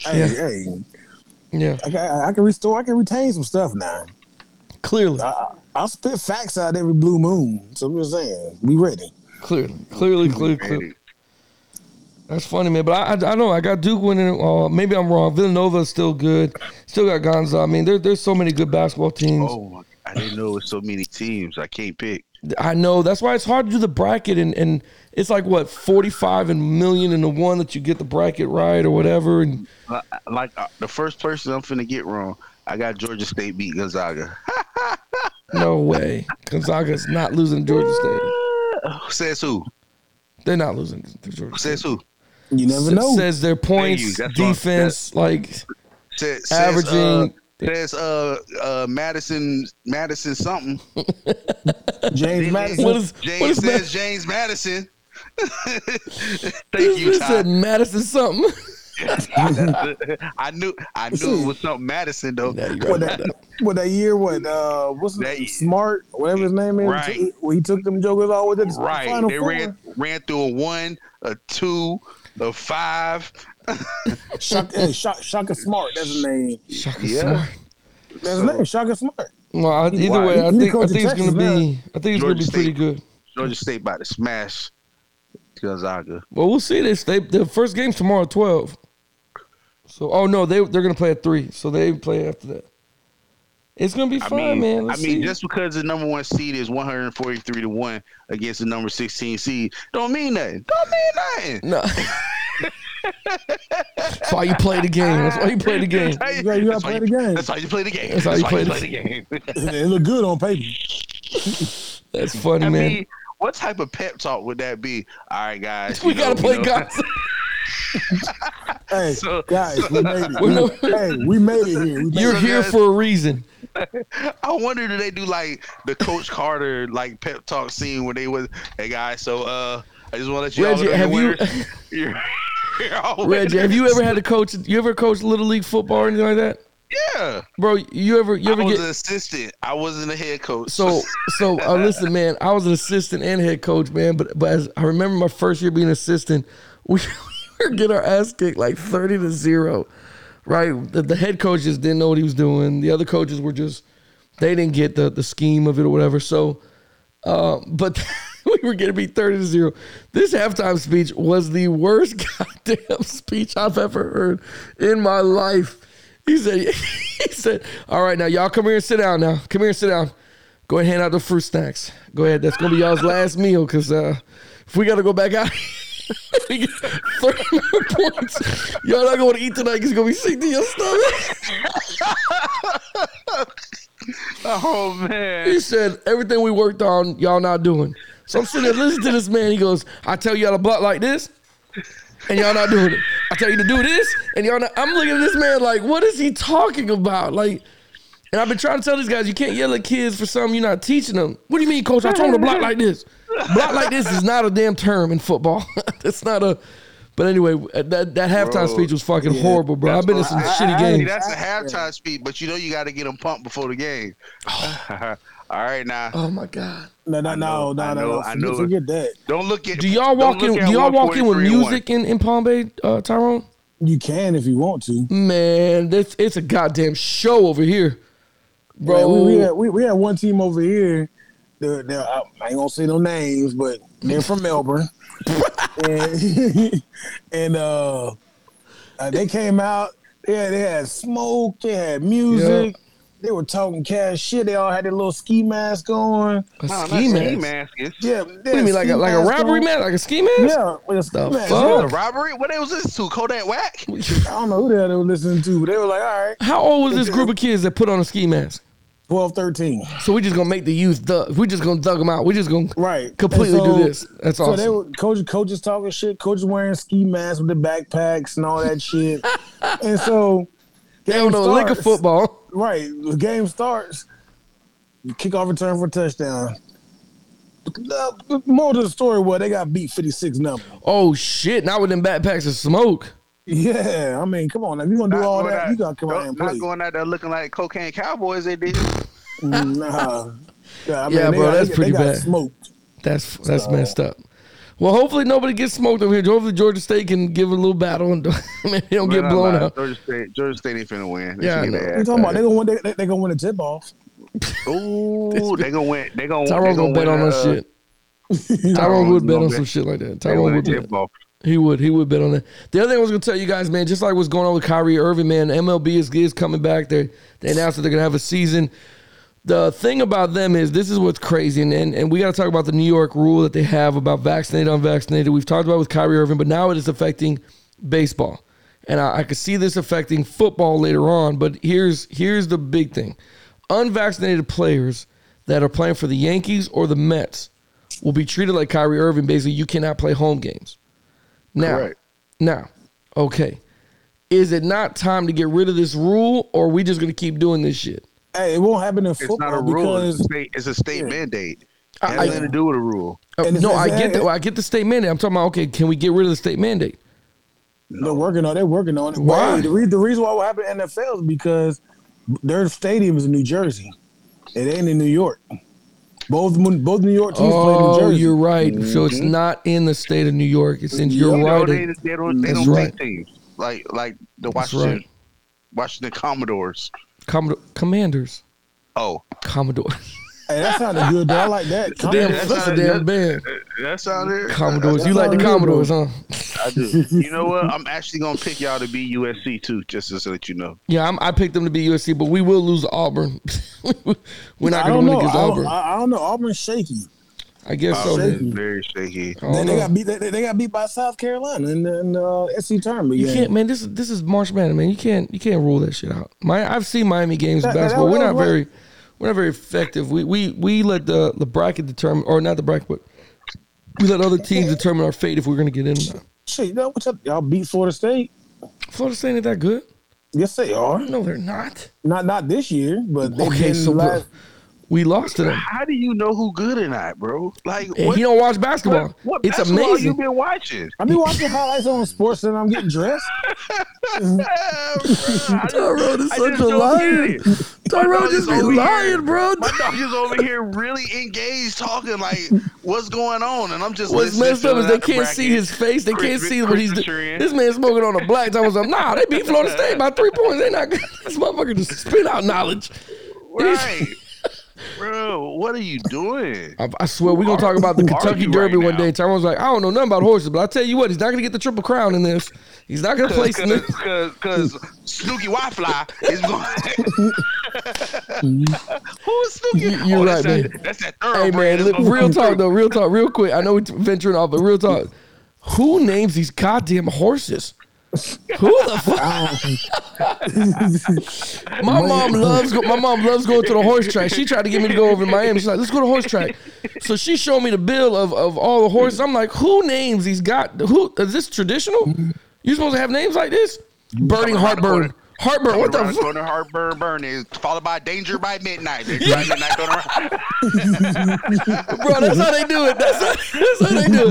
Hey, Yeah. hey, yeah, I, can- I can restore. I can retain some stuff now. clearly, I, I spit facts out every blue moon. So I'm just saying, we ready. clearly, clearly, clearly, clearly." That's funny, man. But I, I, I know I got Duke winning. Uh, maybe I'm wrong. Villanova's still good. Still got Gonzaga. I mean, there, there's so many good basketball teams. Oh, my- I didn't know it was so many teams. I can't pick. I know that's why it's hard to do the bracket, and, and it's like what 45 and million in the one that you get the bracket right or whatever. And Li- Like uh, the first person I'm finna get wrong, I got Georgia State beat Gonzaga. no way, Gonzaga's not losing to Georgia State. Says who? They're not losing to Georgia. State. Says who? You never know. Says their Thank you. points, That's what I'm- defense, like Says, averaging. Says uh, uh, Madison Madison something. James Madison. What is James what is says Madison? James Madison. Thank you, This Todd. said Madison something. I knew I knew it was something Madison though. No, you're right What about that, that. what that year? What uh, what's That year. that, smart? Whatever his name is. Right. He, he took them jokers all with the Right. Final they four. ran ran through a one, a two, a five. Shaka, hey, Shaka, Shaka Smart. That's his name. Shaka Yeah. Smart. That's his name. Shaka Smart. Well, I- either Wow, way, he- I he think I coaching think it's gonna Texas now. be I think it's gonna Georgia be pretty State. good. Georgia State about to smash Gonzaga. Well, we'll see. They they the first game's tomorrow at twelve. So oh no, they they're gonna play at three. So they play after that. It's gonna be I fun, mean, man. I Let's mean, see. just because the number one seed is one hundred and forty three to one against the number sixteen seed, don't mean nothing. Don't mean nothing. no. That's why you play the game. That's why you play the game. Hey, You gotta- you gotta that's play how the game. That's how you play the game. That's how you play the- game. It looked good on paper. That's funny, I man. mean, what type of pep talk would that be? All right, guys, We you know, gotta play know- God. Hey, So- guys, we made it. We're no- hey, we made it here. We made You're it. here for a reason. I wonder do they do like the Coach Carter like pep talk scene where they was, hey guys, so uh, I just want to let you Reggie, all know have you- you're winners. You're, you're all Reggie, have you winners. ever had to coach you ever coach little league football or anything like that? Yeah, Bro, you ever you I ever was get an assistant. I wasn't a head coach. So so uh, listen, man. I was an assistant and head coach, man. But but as I remember my first year being assistant, we were getting our ass kicked like thirty to zero, right? The, the head coaches didn't know what he was doing. The other coaches were just they didn't get the the scheme of it or whatever. So, uh, but we were gonna be thirty to zero. This halftime speech was the worst goddamn speech I've ever heard in my life. He said, he said, all right, now y'all come here and sit down. Now come here and sit down. Go ahead and hand out the fruit snacks. Go ahead. That's gonna be y'all's last meal, cause uh, if we gotta go back out, we get thirty more points. Y'all not gonna eat tonight. Cause you're gonna be sick to your stomach. oh man, He said everything we worked on, y'all not doing. So I'm sitting there listening to this man. He goes, I tell y'all to block like this, and y'all not doing it. I tell you to do this, and y'all not. I'm looking at this man like, what is he talking about? Like. And I've been trying to tell these guys, you can't yell at kids for something you're not teaching them. What do you mean, coach? I told them to block like this. Block like this is not a damn term in football. it's not a. But anyway, that, that halftime Bro, speech was fucking horrible, bro. I've been to some shitty See, games. that's the halftime speed, but you know you got to get them pumped before the game. all right, now Oh my god. No, no, no, no, I know, no. I Forget, know. forget that. don't look at. Do y'all don't walk in? look at Do y'all walk in with 143 and one. music in, in Palm Bay, uh, Tyrone? You can if you want to. Man, this it's a goddamn show over here, Like, bro. we, we, had, we, we had one team over here. They're, they're, I, I ain't gonna say no names, but they're from Melbourne, and, and uh, uh, they came out. They had, they had smoke. They had music. They were talking cash shit. They all had their little ski mask on. A No, ski not ski mask. mask. It's Yeah, What do you mean, like a, like a robbery mask? Like a ski mask? Yeah, like a ski The mask. fuck? yeah. a robbery. What was this to? Kodak Whack? I don't know who the hell they were listening to, but they were like, all right, How old was this group of kids that put on a ski mask? 12, 13. So we just gonna make the youth thug. We just gonna thug them out. We just gonna Right. completely And so- do this. That's So awesome. they were coach coaches talking shit, coaches wearing ski masks with the backpacks and all that shit. and so they don't know a lick of starts. football. Right. The game starts. Kickoff return for touchdown. The the moral of the story was they got beat 56 number. Oh shit! Not with them backpacks of smoke. Yeah, I mean, come on. If you gonna do all going that, out- you gotta come out not and play. going out there looking like cocaine cowboys. They did. Mm, Nah. Yeah, I Yeah, they bro, got- that's they, pretty they got bad. Smoked. That's that's messed up. Well, hopefully nobody gets smoked over here. Hopefully Georgia State can give a little battle and maybe they don't Man, get I'm blown lying. up. Georgia State, Georgia State ain't finna win. Yeah, I should get know. their You ass talking about they beat. gonna win? They, they gonna win a tip off. Ooh, they gonna win. They gonna. Tyrone they gonna bet on win, that uh, shit. Tyrone Tyrone would bet gonna on bet- some shit like that. They Tyrone win would the bet. tip off. He would. He would bet on that. The other thing I was gonna tell you guys, man, just like what's going on with Kyrie Irving, man, MLB is, is coming back. They they announced that they're gonna have a season. The thing about them is this is what's crazy, and, and and we gotta talk about the New York rule that they have about vaccinated, unvaccinated. We've talked about it with Kyrie Irving, but now it is affecting baseball. And I, I could see this affecting football later on, but here's here's the big thing. Unvaccinated players that are playing for the Yankees or the Mets will be treated like Kyrie Irving. Basically, you cannot play home games. Now, Correct. now, okay. Is it not time to get rid of this rule, or are we just gonna keep doing this shit? Hey, it won't happen in It's football not a rule. It's because a state, it's a state mandate. It has I- nothing to do with a rule. Uh, And if no, it's eh, I get that- that. I get the state mandate. I'm talking about okay. Can we get rid of the state mandate? They're working on. They're working on it. Why? Why? The, re- the reason why what happened in NFL is because their stadium is in New Jersey. It ain't in New York. Both mon- both New York teams play Oh, in New Jersey. you're right. So it's not in the state of New York. It's in. You're You know, right. they, they don't, they That's don't right. pick teams like like the That's Washington right. Washington Commodores. Commodore, commanders. Oh, Commodore. Hey, that sounded good. Though. I like that. damn, that's that's a not- damn band. that's out there. Commodores. You That's like the not good, bro. Commodores, huh? I do. You know what? I'm actually gonna pick y'all to be USC too, just to let you know. Yeah, I'm, I picked them to be USC, but we will lose to Auburn. We're not I going to win don't know. I against don't, Auburn. I, I, I don't know. Auburn's shaky. guess so. Auburn. Then. Mhm. Very shaky. I They, don't they know. got beat. They, they got beat by South Carolina in the in the, uh, SC tournament. You game. can't, man. This is this is March Madness, man. You can't you can't rule that shit out. My I've seen Miami games in That- that- basketball. that We're not was right. very we're not very effective. We we we let the the bracket determine, or not the bracket, but we let other teams determine our fate if we're gonna get in. or not. Shit, you know what y'all- y'all beat Florida State. Florida State ain't that good. Yes, they are. No, they're not. Not not this year, but they Okay, okay. so bro, last, we lost to them. How do you know who good or not, bro? Like And what? he don't watch basketball. what, what it's basketball You amazing. been watching? I be watching highlights on sports and I'm getting dressed. Ah, bro, I just- Tyrone is I such just a don't liar. get it. Tyrone dog just is be over here. lying, bro. My dog is over here really engaged, talking like, "What's going on?" And I'm just What's listening messed to up is him they out the can't bracket. see his face. They Chris- can't see what he's Chris doing. Tran. This man smoking on a black. Time was like, nah, they beat Florida State by three points. They not good. This motherfucker just spit out knowledge. Right, bro. What are you doing? I, I swear, we're gonna talk about the Who are Kentucky you Derby right one now? day. Tyrone's like, I don't know nothing about horses, but I tell you what, he's not gonna get the triple crown in this. He's not gonna place in this. Because Snooky Wi-Fi is going. Who is Snooki? You- you're Oh, that's right, that, man. That's that Hey thoroughbred. man, that's look, gonna real come talk through. though, real talk, real quick. I know we're venturing off, but real talk. Who names these goddamn horses? Who the fuck? my mom loves go, my mom loves going to the horse track. She tried to get me to go over to Miami. She's like, "Let's go to horse track." So she showed me the bill of, of all the horses. I'm like, "Who names these got? Who is this traditional? You supposed to have names like this? Burning Coming around the heartburn, corner. heartburn. What the Around fuck? corner, heartburn, burning, followed by danger by midnight. Midnight, midnight, going around. Bro, that's how they do it. That's how, that's how they do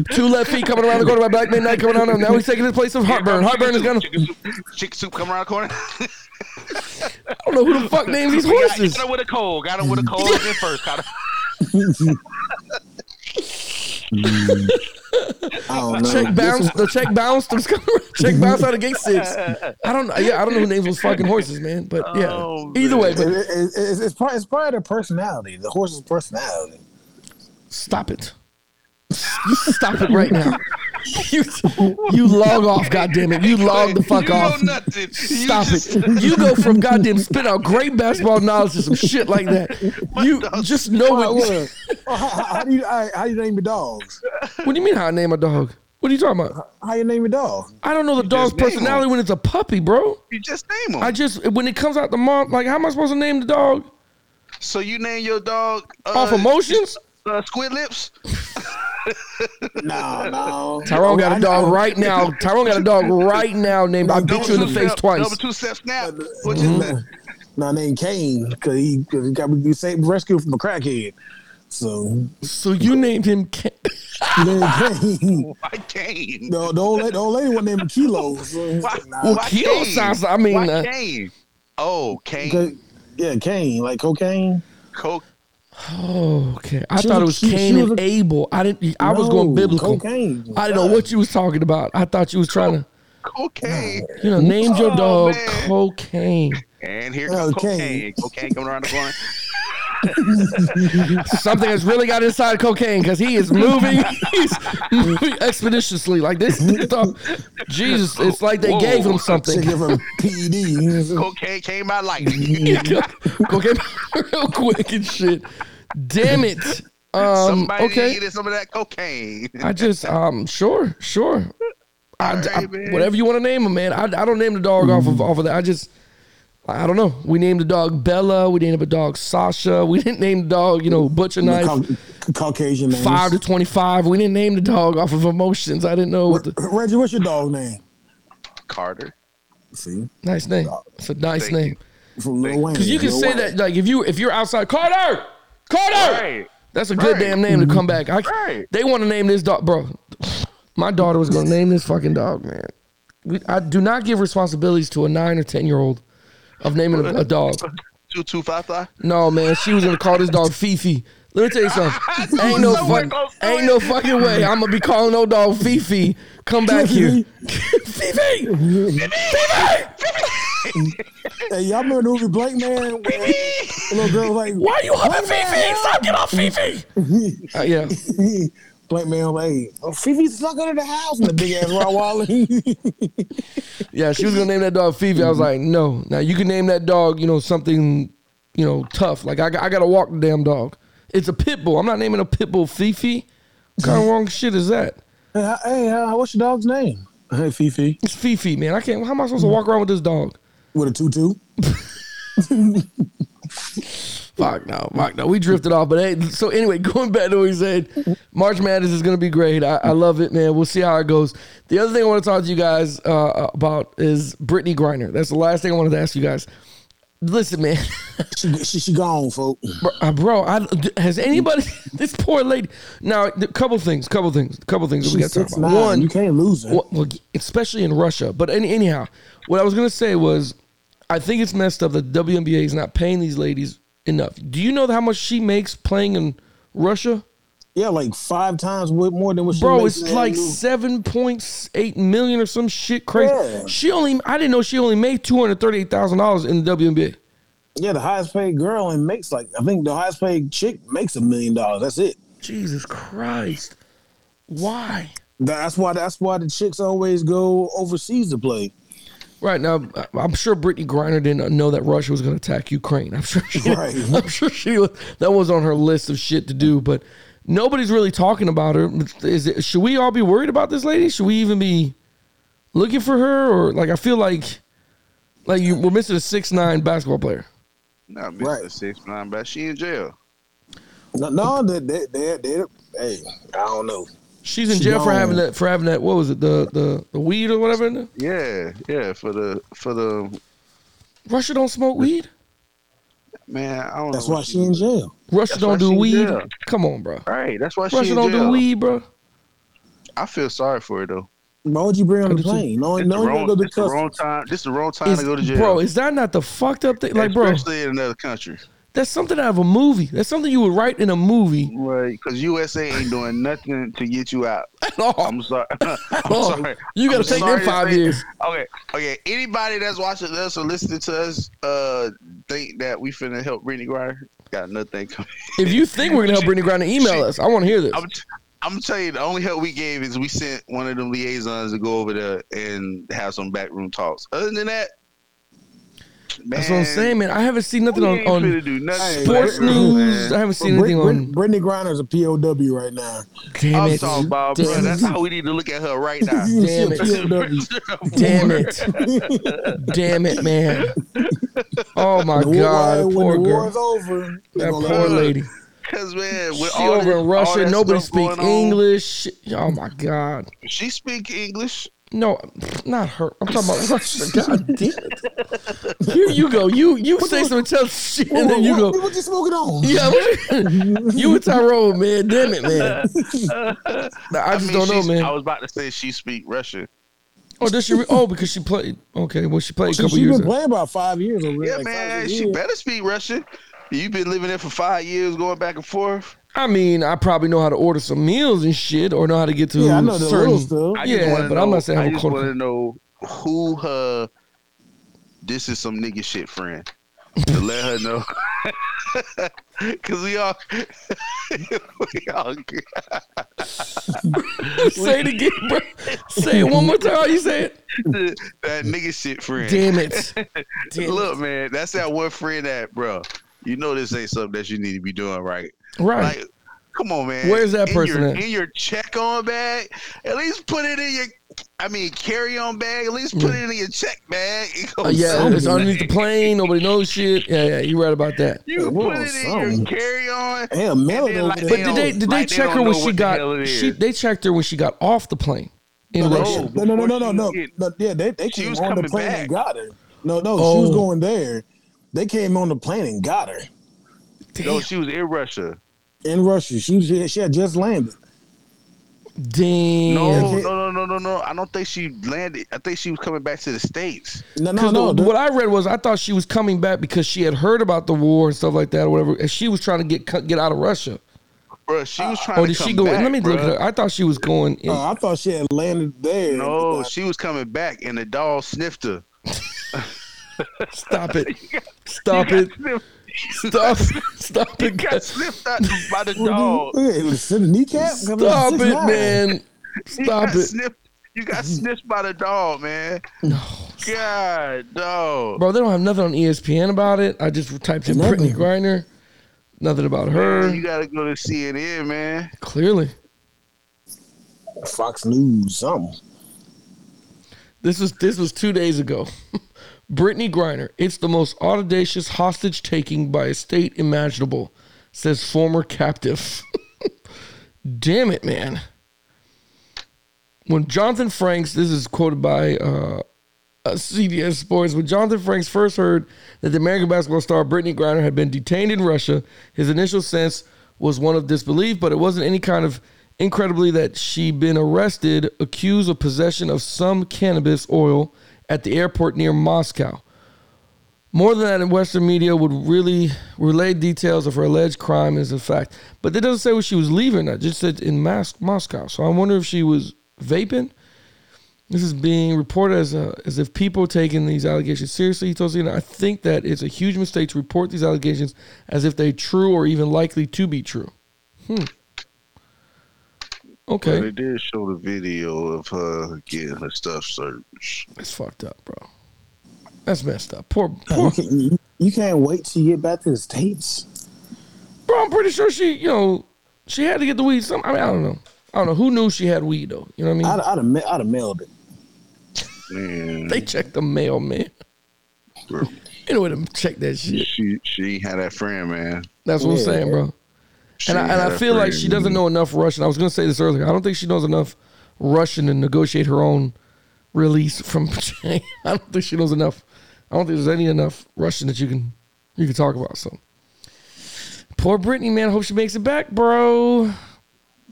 it. Two left feet coming around the corner by Black Midnight coming on. Now he's taking his place of Heartburn. Heartburn is gonna. Chicken soup, chicken soup coming around the corner. I don't know who the fuck names these We got, horses. got him with a cold. Got him with a cold in first. Got him. I don't know. Check bounce. The check bounce. Them's coming. around. Check bounce out of gate six. I don't. know. Yeah, I don't know who names those fucking horses, man. But yeah. Oh, Either way, but It- it- it's, it's probably it's probably their personality, the horse's personality. stop it. You Stop it right now. you, you log off, goddamn it! You log the fuck you off. Know nothing. You Stop just- it. You go from goddamn spit out great basketball knowledge to some shit like that. You just know All right, what. look. Oh, how, how- how do you how, how you name your dogs? What do you mean how I name a dog? What are you talking about? How you name your dog? I don't know the dog's just name personality when it's a puppy, bro. You just name them. I just when it comes out the mom, like how am I supposed to name the dog so you name your dog uh, off emotions? uh, Squid Lips. No, no. Tyrone got oh, I a know- dog right now. Tyrone got a dog right now named I bit you in the Double two face step, twice. Mm-hmm. Double two step snap. What you say? No, named Kane because he, 'cause he got he saved rescued from a crackhead. So So you named him. Ken- named Kane. Why Kane? The, the, old, la- the old lady was named Kilo. So, Why, nah. why Kilo Kane? sounds- I mean, Why uh, Kane? Oh, Kane. 'Cause- Yeah, Kane, like cocaine. Coke. oh, okay. I She thought it was was- she- Cain she and was a- Abel. I didn't. I was No, going biblical. Cocaine. I didn't know what you was talking about. I thought you was trying to, Cocaine. you know, named your Oh, dog man. cocaine. And here comes Okay. cocaine. Cocaine coming around the corner. Something has really got inside cocaine because he is moving, he's moving expeditiously like this. dog- Jesus, it's like they Whoa. gave him something. She give E her PED. Cocaine came by lightning. go get real quick and shit. Damn it. Um, Somebody okay. needed some of that cocaine. I just um sure sure. I, All right, I- man. whatever you want to name him, man. I, I don't name the dog off of off of that. I just I don't know. We named the dog Bella. We named a dog Sasha. We didn't name the dog you know Butcher Knife. Cau- Caucasian names. Five to twenty five. We didn't name the dog off of emotions. I didn't know what the Reggie, what's your dog name? Carter. See, nice name. It's a nice Thank you. name from Lil Wayne. because you can Lil say Wayne. that like if you if you're outside Carter, Carter. Right. That's a good Right. damn name to come back. I, Right. They want to name this dog, bro. My daughter was gonna name this fucking dog, man. We, I do not give responsibilities to a nine or ten year old of naming a, a dog. Two two five five. No, man, she was gonna call this dog Fifi. Let me tell you something. I ain't was no somewhere fuck, close to ain't it. no fucking way. I'm gonna be calling no dog Fifi. Come back here, Fifi. Hey, y'all remember the movie Blank Man? Where the little girl was Why are you hugging Fifi? Stop, get off Fifi. Uh, yeah, like, Blank Man was like, oh, Fifi's stuck under the house and the big ass Rottweiler. yeah. She was gonna name that dog Fifi. I was like, no. Now you can name that dog, you know, something, you know, tough. Like I, got- I gotta walk the damn dog. It's a pit bull. I'm not naming a pit bull Fifi. What kind of wrong shit is that? hey, how- hey, uh, what's your dog's name? Hey, Fifi. It's Fifi, man. I can't. How am I supposed to walk around with this dog? With a tutu. Fuck no, fuck no. We drifted off, but hey. So anyway, going back to what we said, March Madness is going to be great. I, I love it, man. We'll see how it goes. The other thing I want to talk to you guys uh, about is Brittany Griner. That's the last thing I wanted to ask you guys. Listen, man, She, she, she gone, folks. bro, uh, bro I, has anybody? This poor lady. Now, a couple things, couple things, couple things that we She's got to talk six about. nine. One, you can't lose her. well, well, especially in Russia. But any, anyhow, what I was gonna say was, I think it's messed up that WNBA is not paying these ladies enough. Do you know how much she makes playing in Russia, Yeah, like five times wa- more than what she bro? makes It's in like the league. seven point eight million or some shit crazy. Yeah. She only, I didn't know she only made two hundred thirty eight thousand dollars in the WNBA. yeah, the highest paid girl and makes like I think the highest paid chick makes a million dollars. That's it. Jesus Christ, why? That's why. That's why the chicks always go overseas to play. Right now, I- I'm sure Brittany Griner didn't know that Russia was going to attack Ukraine. I'm sure she. Right. I'm sure she. was- That was on her list of shit to do, but nobody's really talking about her. Is it, should we all be worried about this lady? Should we even be looking for her? Or like, I feel like, like you, we're missing a six nine basketball player. Not Right. Mr. Six Nine, but she in jail. No, no they, they, they, they, hey, I don't know. She's in She jail for gone. having that. For having that. What was it? The the the weed or whatever. Yeah, yeah. For the for the Russia don't smoke weed. man, I don't That's know. why she in jail. Russia That's why don't do she in weed. jail. Come on, bro. Right. That's why she Russia in don't jail. do weed, bro. I feel sorry for her though. Why would you bring her on the It's plane? No, It's no, the you don't wrong, go to it's the wrong customs. time. This is the wrong time Is- to go to jail, Bro, is that not the fucked up thing? Like, bro, especially in another country. That's something out of a movie. That's something you would write in a movie. Right, because USA ain't doing nothing to get you out. Oh, I'm sorry. I'm Oh, sorry. you gotta I'm take them sorry to five say- years. Okay, okay. Anybody that's watching us or listening to us, uh, think that we finna help Brittany Griner? Got nothing coming. if you think we're gonna help Brittany Griner, email us. I want to hear this. I'm, t- I'm telling you, the only help we gave is we sent one of them liaisons to go over there and have some backroom talks. Other than that, That's what I'm saying, man. I haven't seen nothing on, on sports Hey, news. I haven't seen anything on. Brittany Griner's a POW right now. Damn I'm it! talking about, bro. Damn That's it. how we need to look at her right now. Damn Damn it! Damn it, man! Oh my When the war- god, when poor the war's girl, over, they that gonna poor let her- lady. Because man, with She all over that- in all Russia. that Nobody stuff speaks going on, English. Oh my god! She speak English. No, not her. I'm talking about Russia. God damn it! Here you go. You you say some tough shit, and What, then you what, go. what, you smoking on? Yeah, what you- you and Tyrone, man. Damn it, man. Nah, I just mean, don't know, she's- man. I was about to say she speak Russian. oh, does she? Re- oh, because she played. Okay, well, she played a She, couple Oh, she years. been ago. playing about five years over Yeah, like five, man, six she years. better speak Russian. You've been living there for five years, going back and forth. I mean, I probably know how to order some meals and shit, or know how to get to Yeah, I know the certain. little stuff. I just Yeah, wanna but know, I'm not saying I I'm a just quarter- want to know who her. This is some nigga shit, friend. To let her know, cause we all, we all, Say it again, bro. Say it one more time. How you say it? that nigga shit, friend. Damn it. Damn it. Look, man, that's that one friend that, bro. You know this ain't something that you need to be doing, right? Right. Like, come on, man. Where's that in person Your, at? in your check-on bag, at least put it in your. I mean, carry-on bag. At least put it in your check bag. Uh, yeah, it's underneath the plane. Nobody knows shit. Yeah, yeah, you're right about that. You We're put on it in something. your carry-on. Hell, mail And it then, over like, there. But They did they don't- did they like, they check don't her when know she what the hell got? it She is. they checked her when she got off the plane in no, Russia. No, no, no, no, no, no. before she was no yeah, they, they She came was on the coming plane and back. got her. No, no, she was Oh. going there. They came on the plane and got her No, she was in Russia. in Russia. She she, she had just landed. Damn. No, Yeah. no, no, no, no, no. I don't think she landed. I think she was coming back to the states. No, no, 'Cause no. the- the- what I read was I thought she was coming back because she had heard about the war and stuff like that or whatever, and she was trying to get cut- get out of Russia. Bro, she was trying Or Oh, to did come she go? back. let me look bruh. it up. I thought she was going. In, uh, I thought she had landed there. No, she was coming back, and the dog sniffed her. stop it! Stop it! Sniffed- Stop! Stop it! got sniffed out by the Look dog. at it, was in the kneecap. Stop it, man! You Stop got it, Sniffed, you got sniffed by the dog, man. No. God, no. bro! They don't have nothing on E ESPN about it. I just typed in Nothing. Brittany Griner. Nothing about Man, her. you gotta go to CNN, man. Clearly, Fox News, something. this was this was two days ago. Brittany Griner. It's the most audacious hostage taking by a state imaginable, says former captive. Damn it, man. When Jonathan Franks, this is quoted by uh, uh, CBS Sports, when Jonathan Franks first heard that the American basketball star Brittany Griner had been detained in Russia, his initial sense was one of disbelief, but it wasn't any kind of incredibly that she'd been arrested, accused of possession of some cannabis oil at the airport near Moscow. More than that, Western media would really relay details of her alleged crime as a fact. But that doesn't say where she was leaving. I just said in Mas- Moscow. So I wonder if she was vaping. This is being reported as a, as if people taking these allegations seriously. He told CNN, I think that it's a huge mistake to report these allegations as if they're true or even likely to be true. Hmm. But Okay. They did show the video of her getting her stuff searched. That's fucked up, bro. That's messed up. Poor, You poor. can't, you, you can't wait to get back to the states. Bro, I'm pretty sure she, you know, she had to get the weed. Some, I mean, I don't know. I don't know who knew she had weed though. You know what I mean? I'd, I'd, have, ma- I'd have mailed it. Man, they checked the mail, man. bro, You know what? them Check that shit. she she ain't had that friend, man. That's what I'm Yeah. saying, bro. She And I, ain't and had I that feel like she friend. doesn't know enough Russian. I was gonna say this earlier. I don't think she knows enough Russian to negotiate her own release from. I don't think she knows enough. I don't think there's any enough Russian that you can you can talk about. So poor Brittany, man. Hope she makes it back, bro.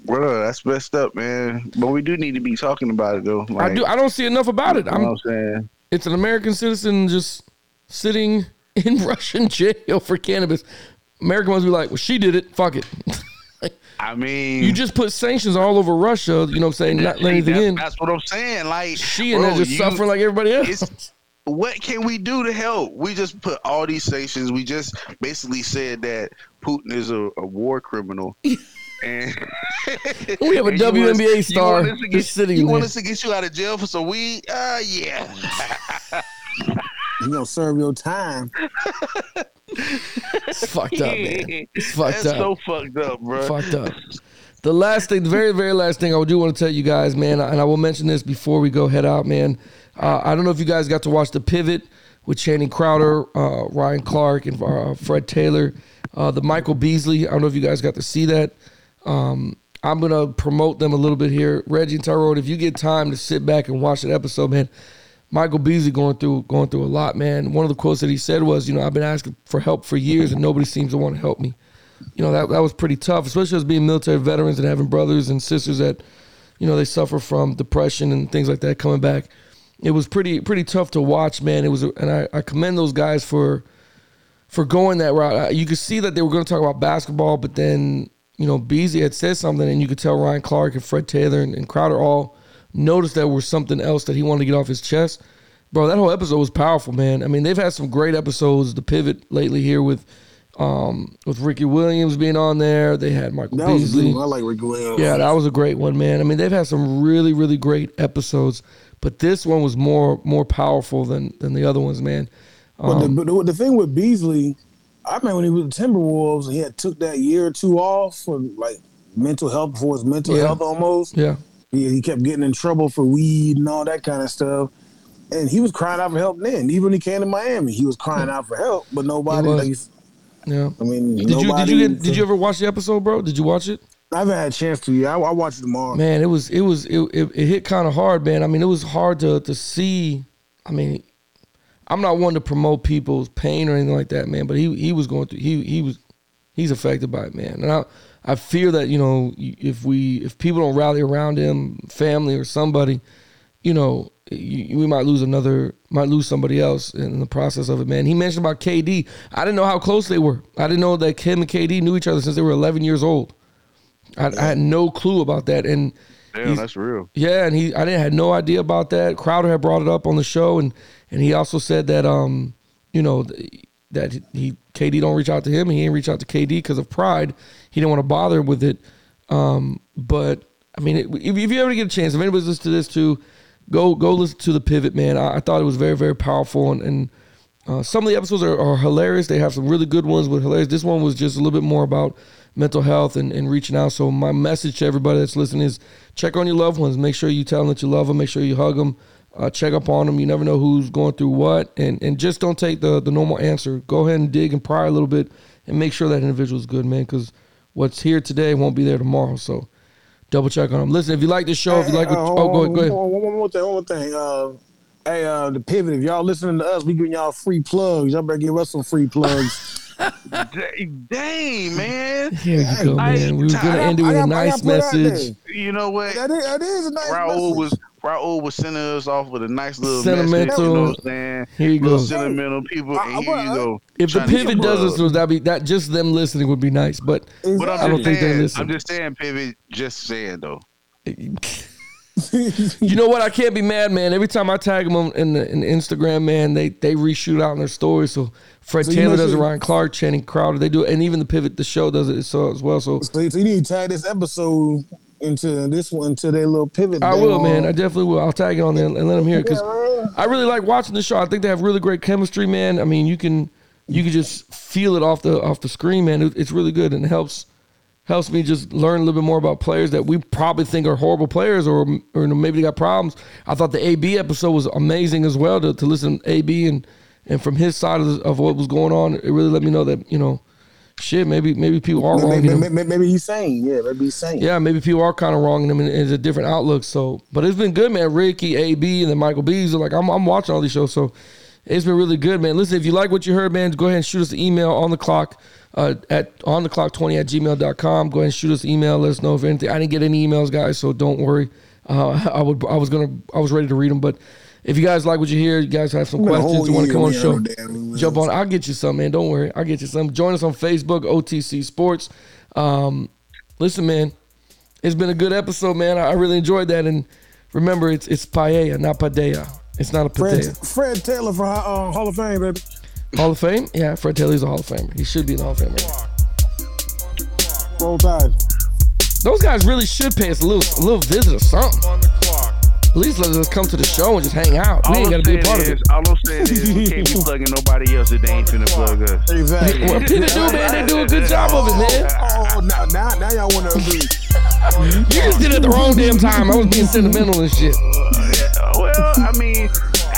Bro, that's messed up, man. But we do need to be talking about it, though. I Like, do. I don't see enough about it. you know I'm what I'm saying? it's an American citizen just sitting in Russian jail for cannabis. American ones be like, well, she did it. Fuck it. Hmm. I mean, you just put sanctions all over Russia. You know what I'm saying? Not let See, anything that- in. That's what I'm saying. Like She and bro, they're just you- suffering like everybody else. it's- What can we do to help? We just put all these sanctions. We just basically said that Putin is a, a war criminal. And We have a and you want us- WNBA you star want us to just get- sitting You want there. us to get you out of jail for some weed? Uh, yeah. You gonna serve your time. It's fucked up, man. It's fucked That's up. so fucked up, bro. fucked up. The last thing, the very, very last thing I do want to tell you guys, man, and I will mention this before we go head out, man. Uh, I don't know if you guys got to watch The Pivot with Channing Crowder, uh, Ryan Clark, and uh, Fred Taylor. Uh, the Michael Beasley, I don't know if you guys got to see that. Um, I'm going to promote them a little bit here. Reggie and Tyrone, if you get time to sit back and watch an episode, man, Michael Beasley going through going through a lot, man. One of the quotes that he said was, you know, I've been asking for help for years and nobody seems to want to help me you know that that was pretty tough, especially as being military veterans and having brothers and sisters that, you know, they suffer from depression and things like that coming back. It was pretty pretty tough to watch, man. It was, and I, I commend those guys for for going that route. Uh, You could see that they were going to talk about basketball, but then you know Beasley had said something, and you could tell Ryan Clark and Fred Taylor and, and Crowder all noticed that was something else that he wanted to get off his chest. Bro, that whole episode was powerful, man. I mean, they've had some great episodes. The pivot lately here with um with Ricky Williams being on there. They had Michael That was Beasley. good. I like Ricky Williams. Yeah, that was a great one, man. I mean, they've had some really, really great episodes, but this one was more more powerful than than the other ones, man. But, the, but the, the thing with Beasley, I remember when he was with the Timberwolves, and he had took that year or two off for like mental health for his mental Yeah. health almost. Yeah, He, he kept getting in trouble for weed and all that kind of stuff. And he was crying out for help then. Even when he came to Miami, he was crying out for help, but nobody. was. Like, you s- yeah. I mean, Did you did nobody- you get, did you ever watch the episode, bro? Did you watch it? I haven't had a chance to. Yeah, I, I watched it tomorrow. Man, it was it was it, it, it hit kind of hard, man. I mean, it was hard to to see. I mean, I'm not one to promote people's pain or anything like that, man. But he he was going through. He he was he's affected by it, man. And I I fear that you know if we if people don't rally around him, family or somebody, you know, you, we might lose another, might lose somebody else in the process of it, man. He mentioned about KD. I didn't know how close they were. I didn't know that Kim and KD knew each other since they were 11 years old. I, I had no clue about that, and Damn, he's- that's real. yeah, and he I didn't had no idea about that. Crowder had brought it up on the show, and and he also said that um you know th- that he KD don't reach out to him, and he didn't reach out to KD because of pride. He didn't want to bother him with it. Um, but I mean, it, if, if you ever get a chance, if anybody's listening to this too, go go listen to the pivot, man. I, I thought it was very very powerful, and, and uh, some of the episodes are, are hilarious. They have some really good ones with hilarious. This one was just a little bit more about mental health and, and reaching out. So my message to everybody that's listening is check on your loved ones. Make sure you tell them that you love them. Make sure you hug them. Uh, check up on them. You never know who's going through what, and and just don't take the the normal answer. Go ahead and dig and pry a little bit, and make sure that individual's good, man. Because what's here today won't be there tomorrow. So double check on them. Listen, if you like this show, if you like what, Uh, oh go ahead, go ahead. One, one- one more thing, one more thing. Uh, hey, uh, the pivot. If y'all listening to us, we giving y'all free plugs. Y'all better give us some free plugs. Dang, dang, man. Here you go, I- man. We were gonna end it with I a got- I nice got put out message. You know what? there. That is, that is a nice Raul message. was Raul was sending us off with a nice little Message, you Sentimental. know what I'm saying? Here you little go. sentimental people, I- and I- here you go. If the trying to get pivot does plugged. this, would that be that? Just them listening would be nice, but But Exactly. I'm I don't just think they saying, listen. I'm just saying, pivot. Just saying though. you know what? I can't be mad, man. Every time I tag them on in the, in the Instagram, man, they they reshoot out in their stories. So Fred So you Taylor must does it, have- Ryan Clark, Channing Crowder, they do it, and even the pivot, the show does it so as well. So So, so you need to tie this episode into this one, into their little pivot. I thing will, on- man. I definitely will. I'll tag it on there and let them hear it because I really like watching the show. I think they have really great chemistry, man. I mean, you can you can just feel it off the off the screen, man. It- it's really good and it helps helps me just learn a little bit more about players that we probably think are horrible players or or maybe they got problems. I thought the AB episode was amazing as well to, to listen to AB and and from his side of, the, of what was going on, it really let me know that you know, shit, maybe maybe people are wrong. Maybe, you know? maybe, maybe, maybe he's saying, yeah, maybe he's saying. yeah, maybe people are kind of wrong in them and it's a different outlook. So, but it's been good, man. Ricky, AB, and then Michael Beasley. Like I'm, I'm watching all these shows, so it's been really good, man. Listen, if you like what you heard, man, go ahead and shoot us an email on the clock uh, at on the clock twenty at gmail.com. Go ahead and shoot us an email. Let us know if anything. I didn't get any emails, guys, so don't worry. Uh, I would, I was gonna, I was ready to read them, but if you guys like what you hear, you guys have some Been a questions, whole you want to year, come on the man, show, no damn jump words. on. I'll get you some, man. Don't worry, I'll get you some. Join us on Facebook, OTC Sports. Um, listen, man, it's been a good episode, man. I, I really enjoyed that. And remember, it's it's paella, not padea. It's not a Fred, padea. Fred Taylor for uh, Hall of Fame, baby. Hall of Fame? Yeah, Fred Taylor's a Hall of Famer. He should be in the Hall of Fame. Right? Roll Tide. Those guys really should pay us a little, a little visit or something. on the clock. At least let us come to the show and just hang out. we ain't All I'm gotta be a saying part of is- it. All I'm saying is, we can't be plugging nobody else that they ain't finna plug us. Exactly. Well, people do, man. They do a good job of it, man. Oh, now, now, now y'all want to agree. You just did it at the wrong damn time. I was being sentimental and shit. Uh, Well, I mean,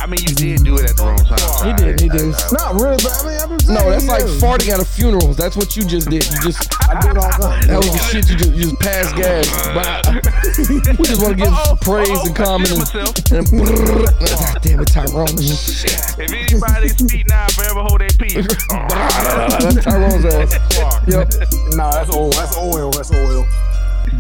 I mean, you did do it at the wrong He time. did. He did. Not really, but I mean, I've been No, that's saying, you like know, farting at a funeral. That's what you just did. You just I do it all the time. that was the shit you just you just passed gas. But I- we just want to give Uh-oh, praise and uh-oh, I comment shit and, myself. and God damn it, Tyrone. Shit. If anybody speak now, forever hold their peace. That's Tyrone's ass. Yep. Nah, that's oil. That's oil. That's oil.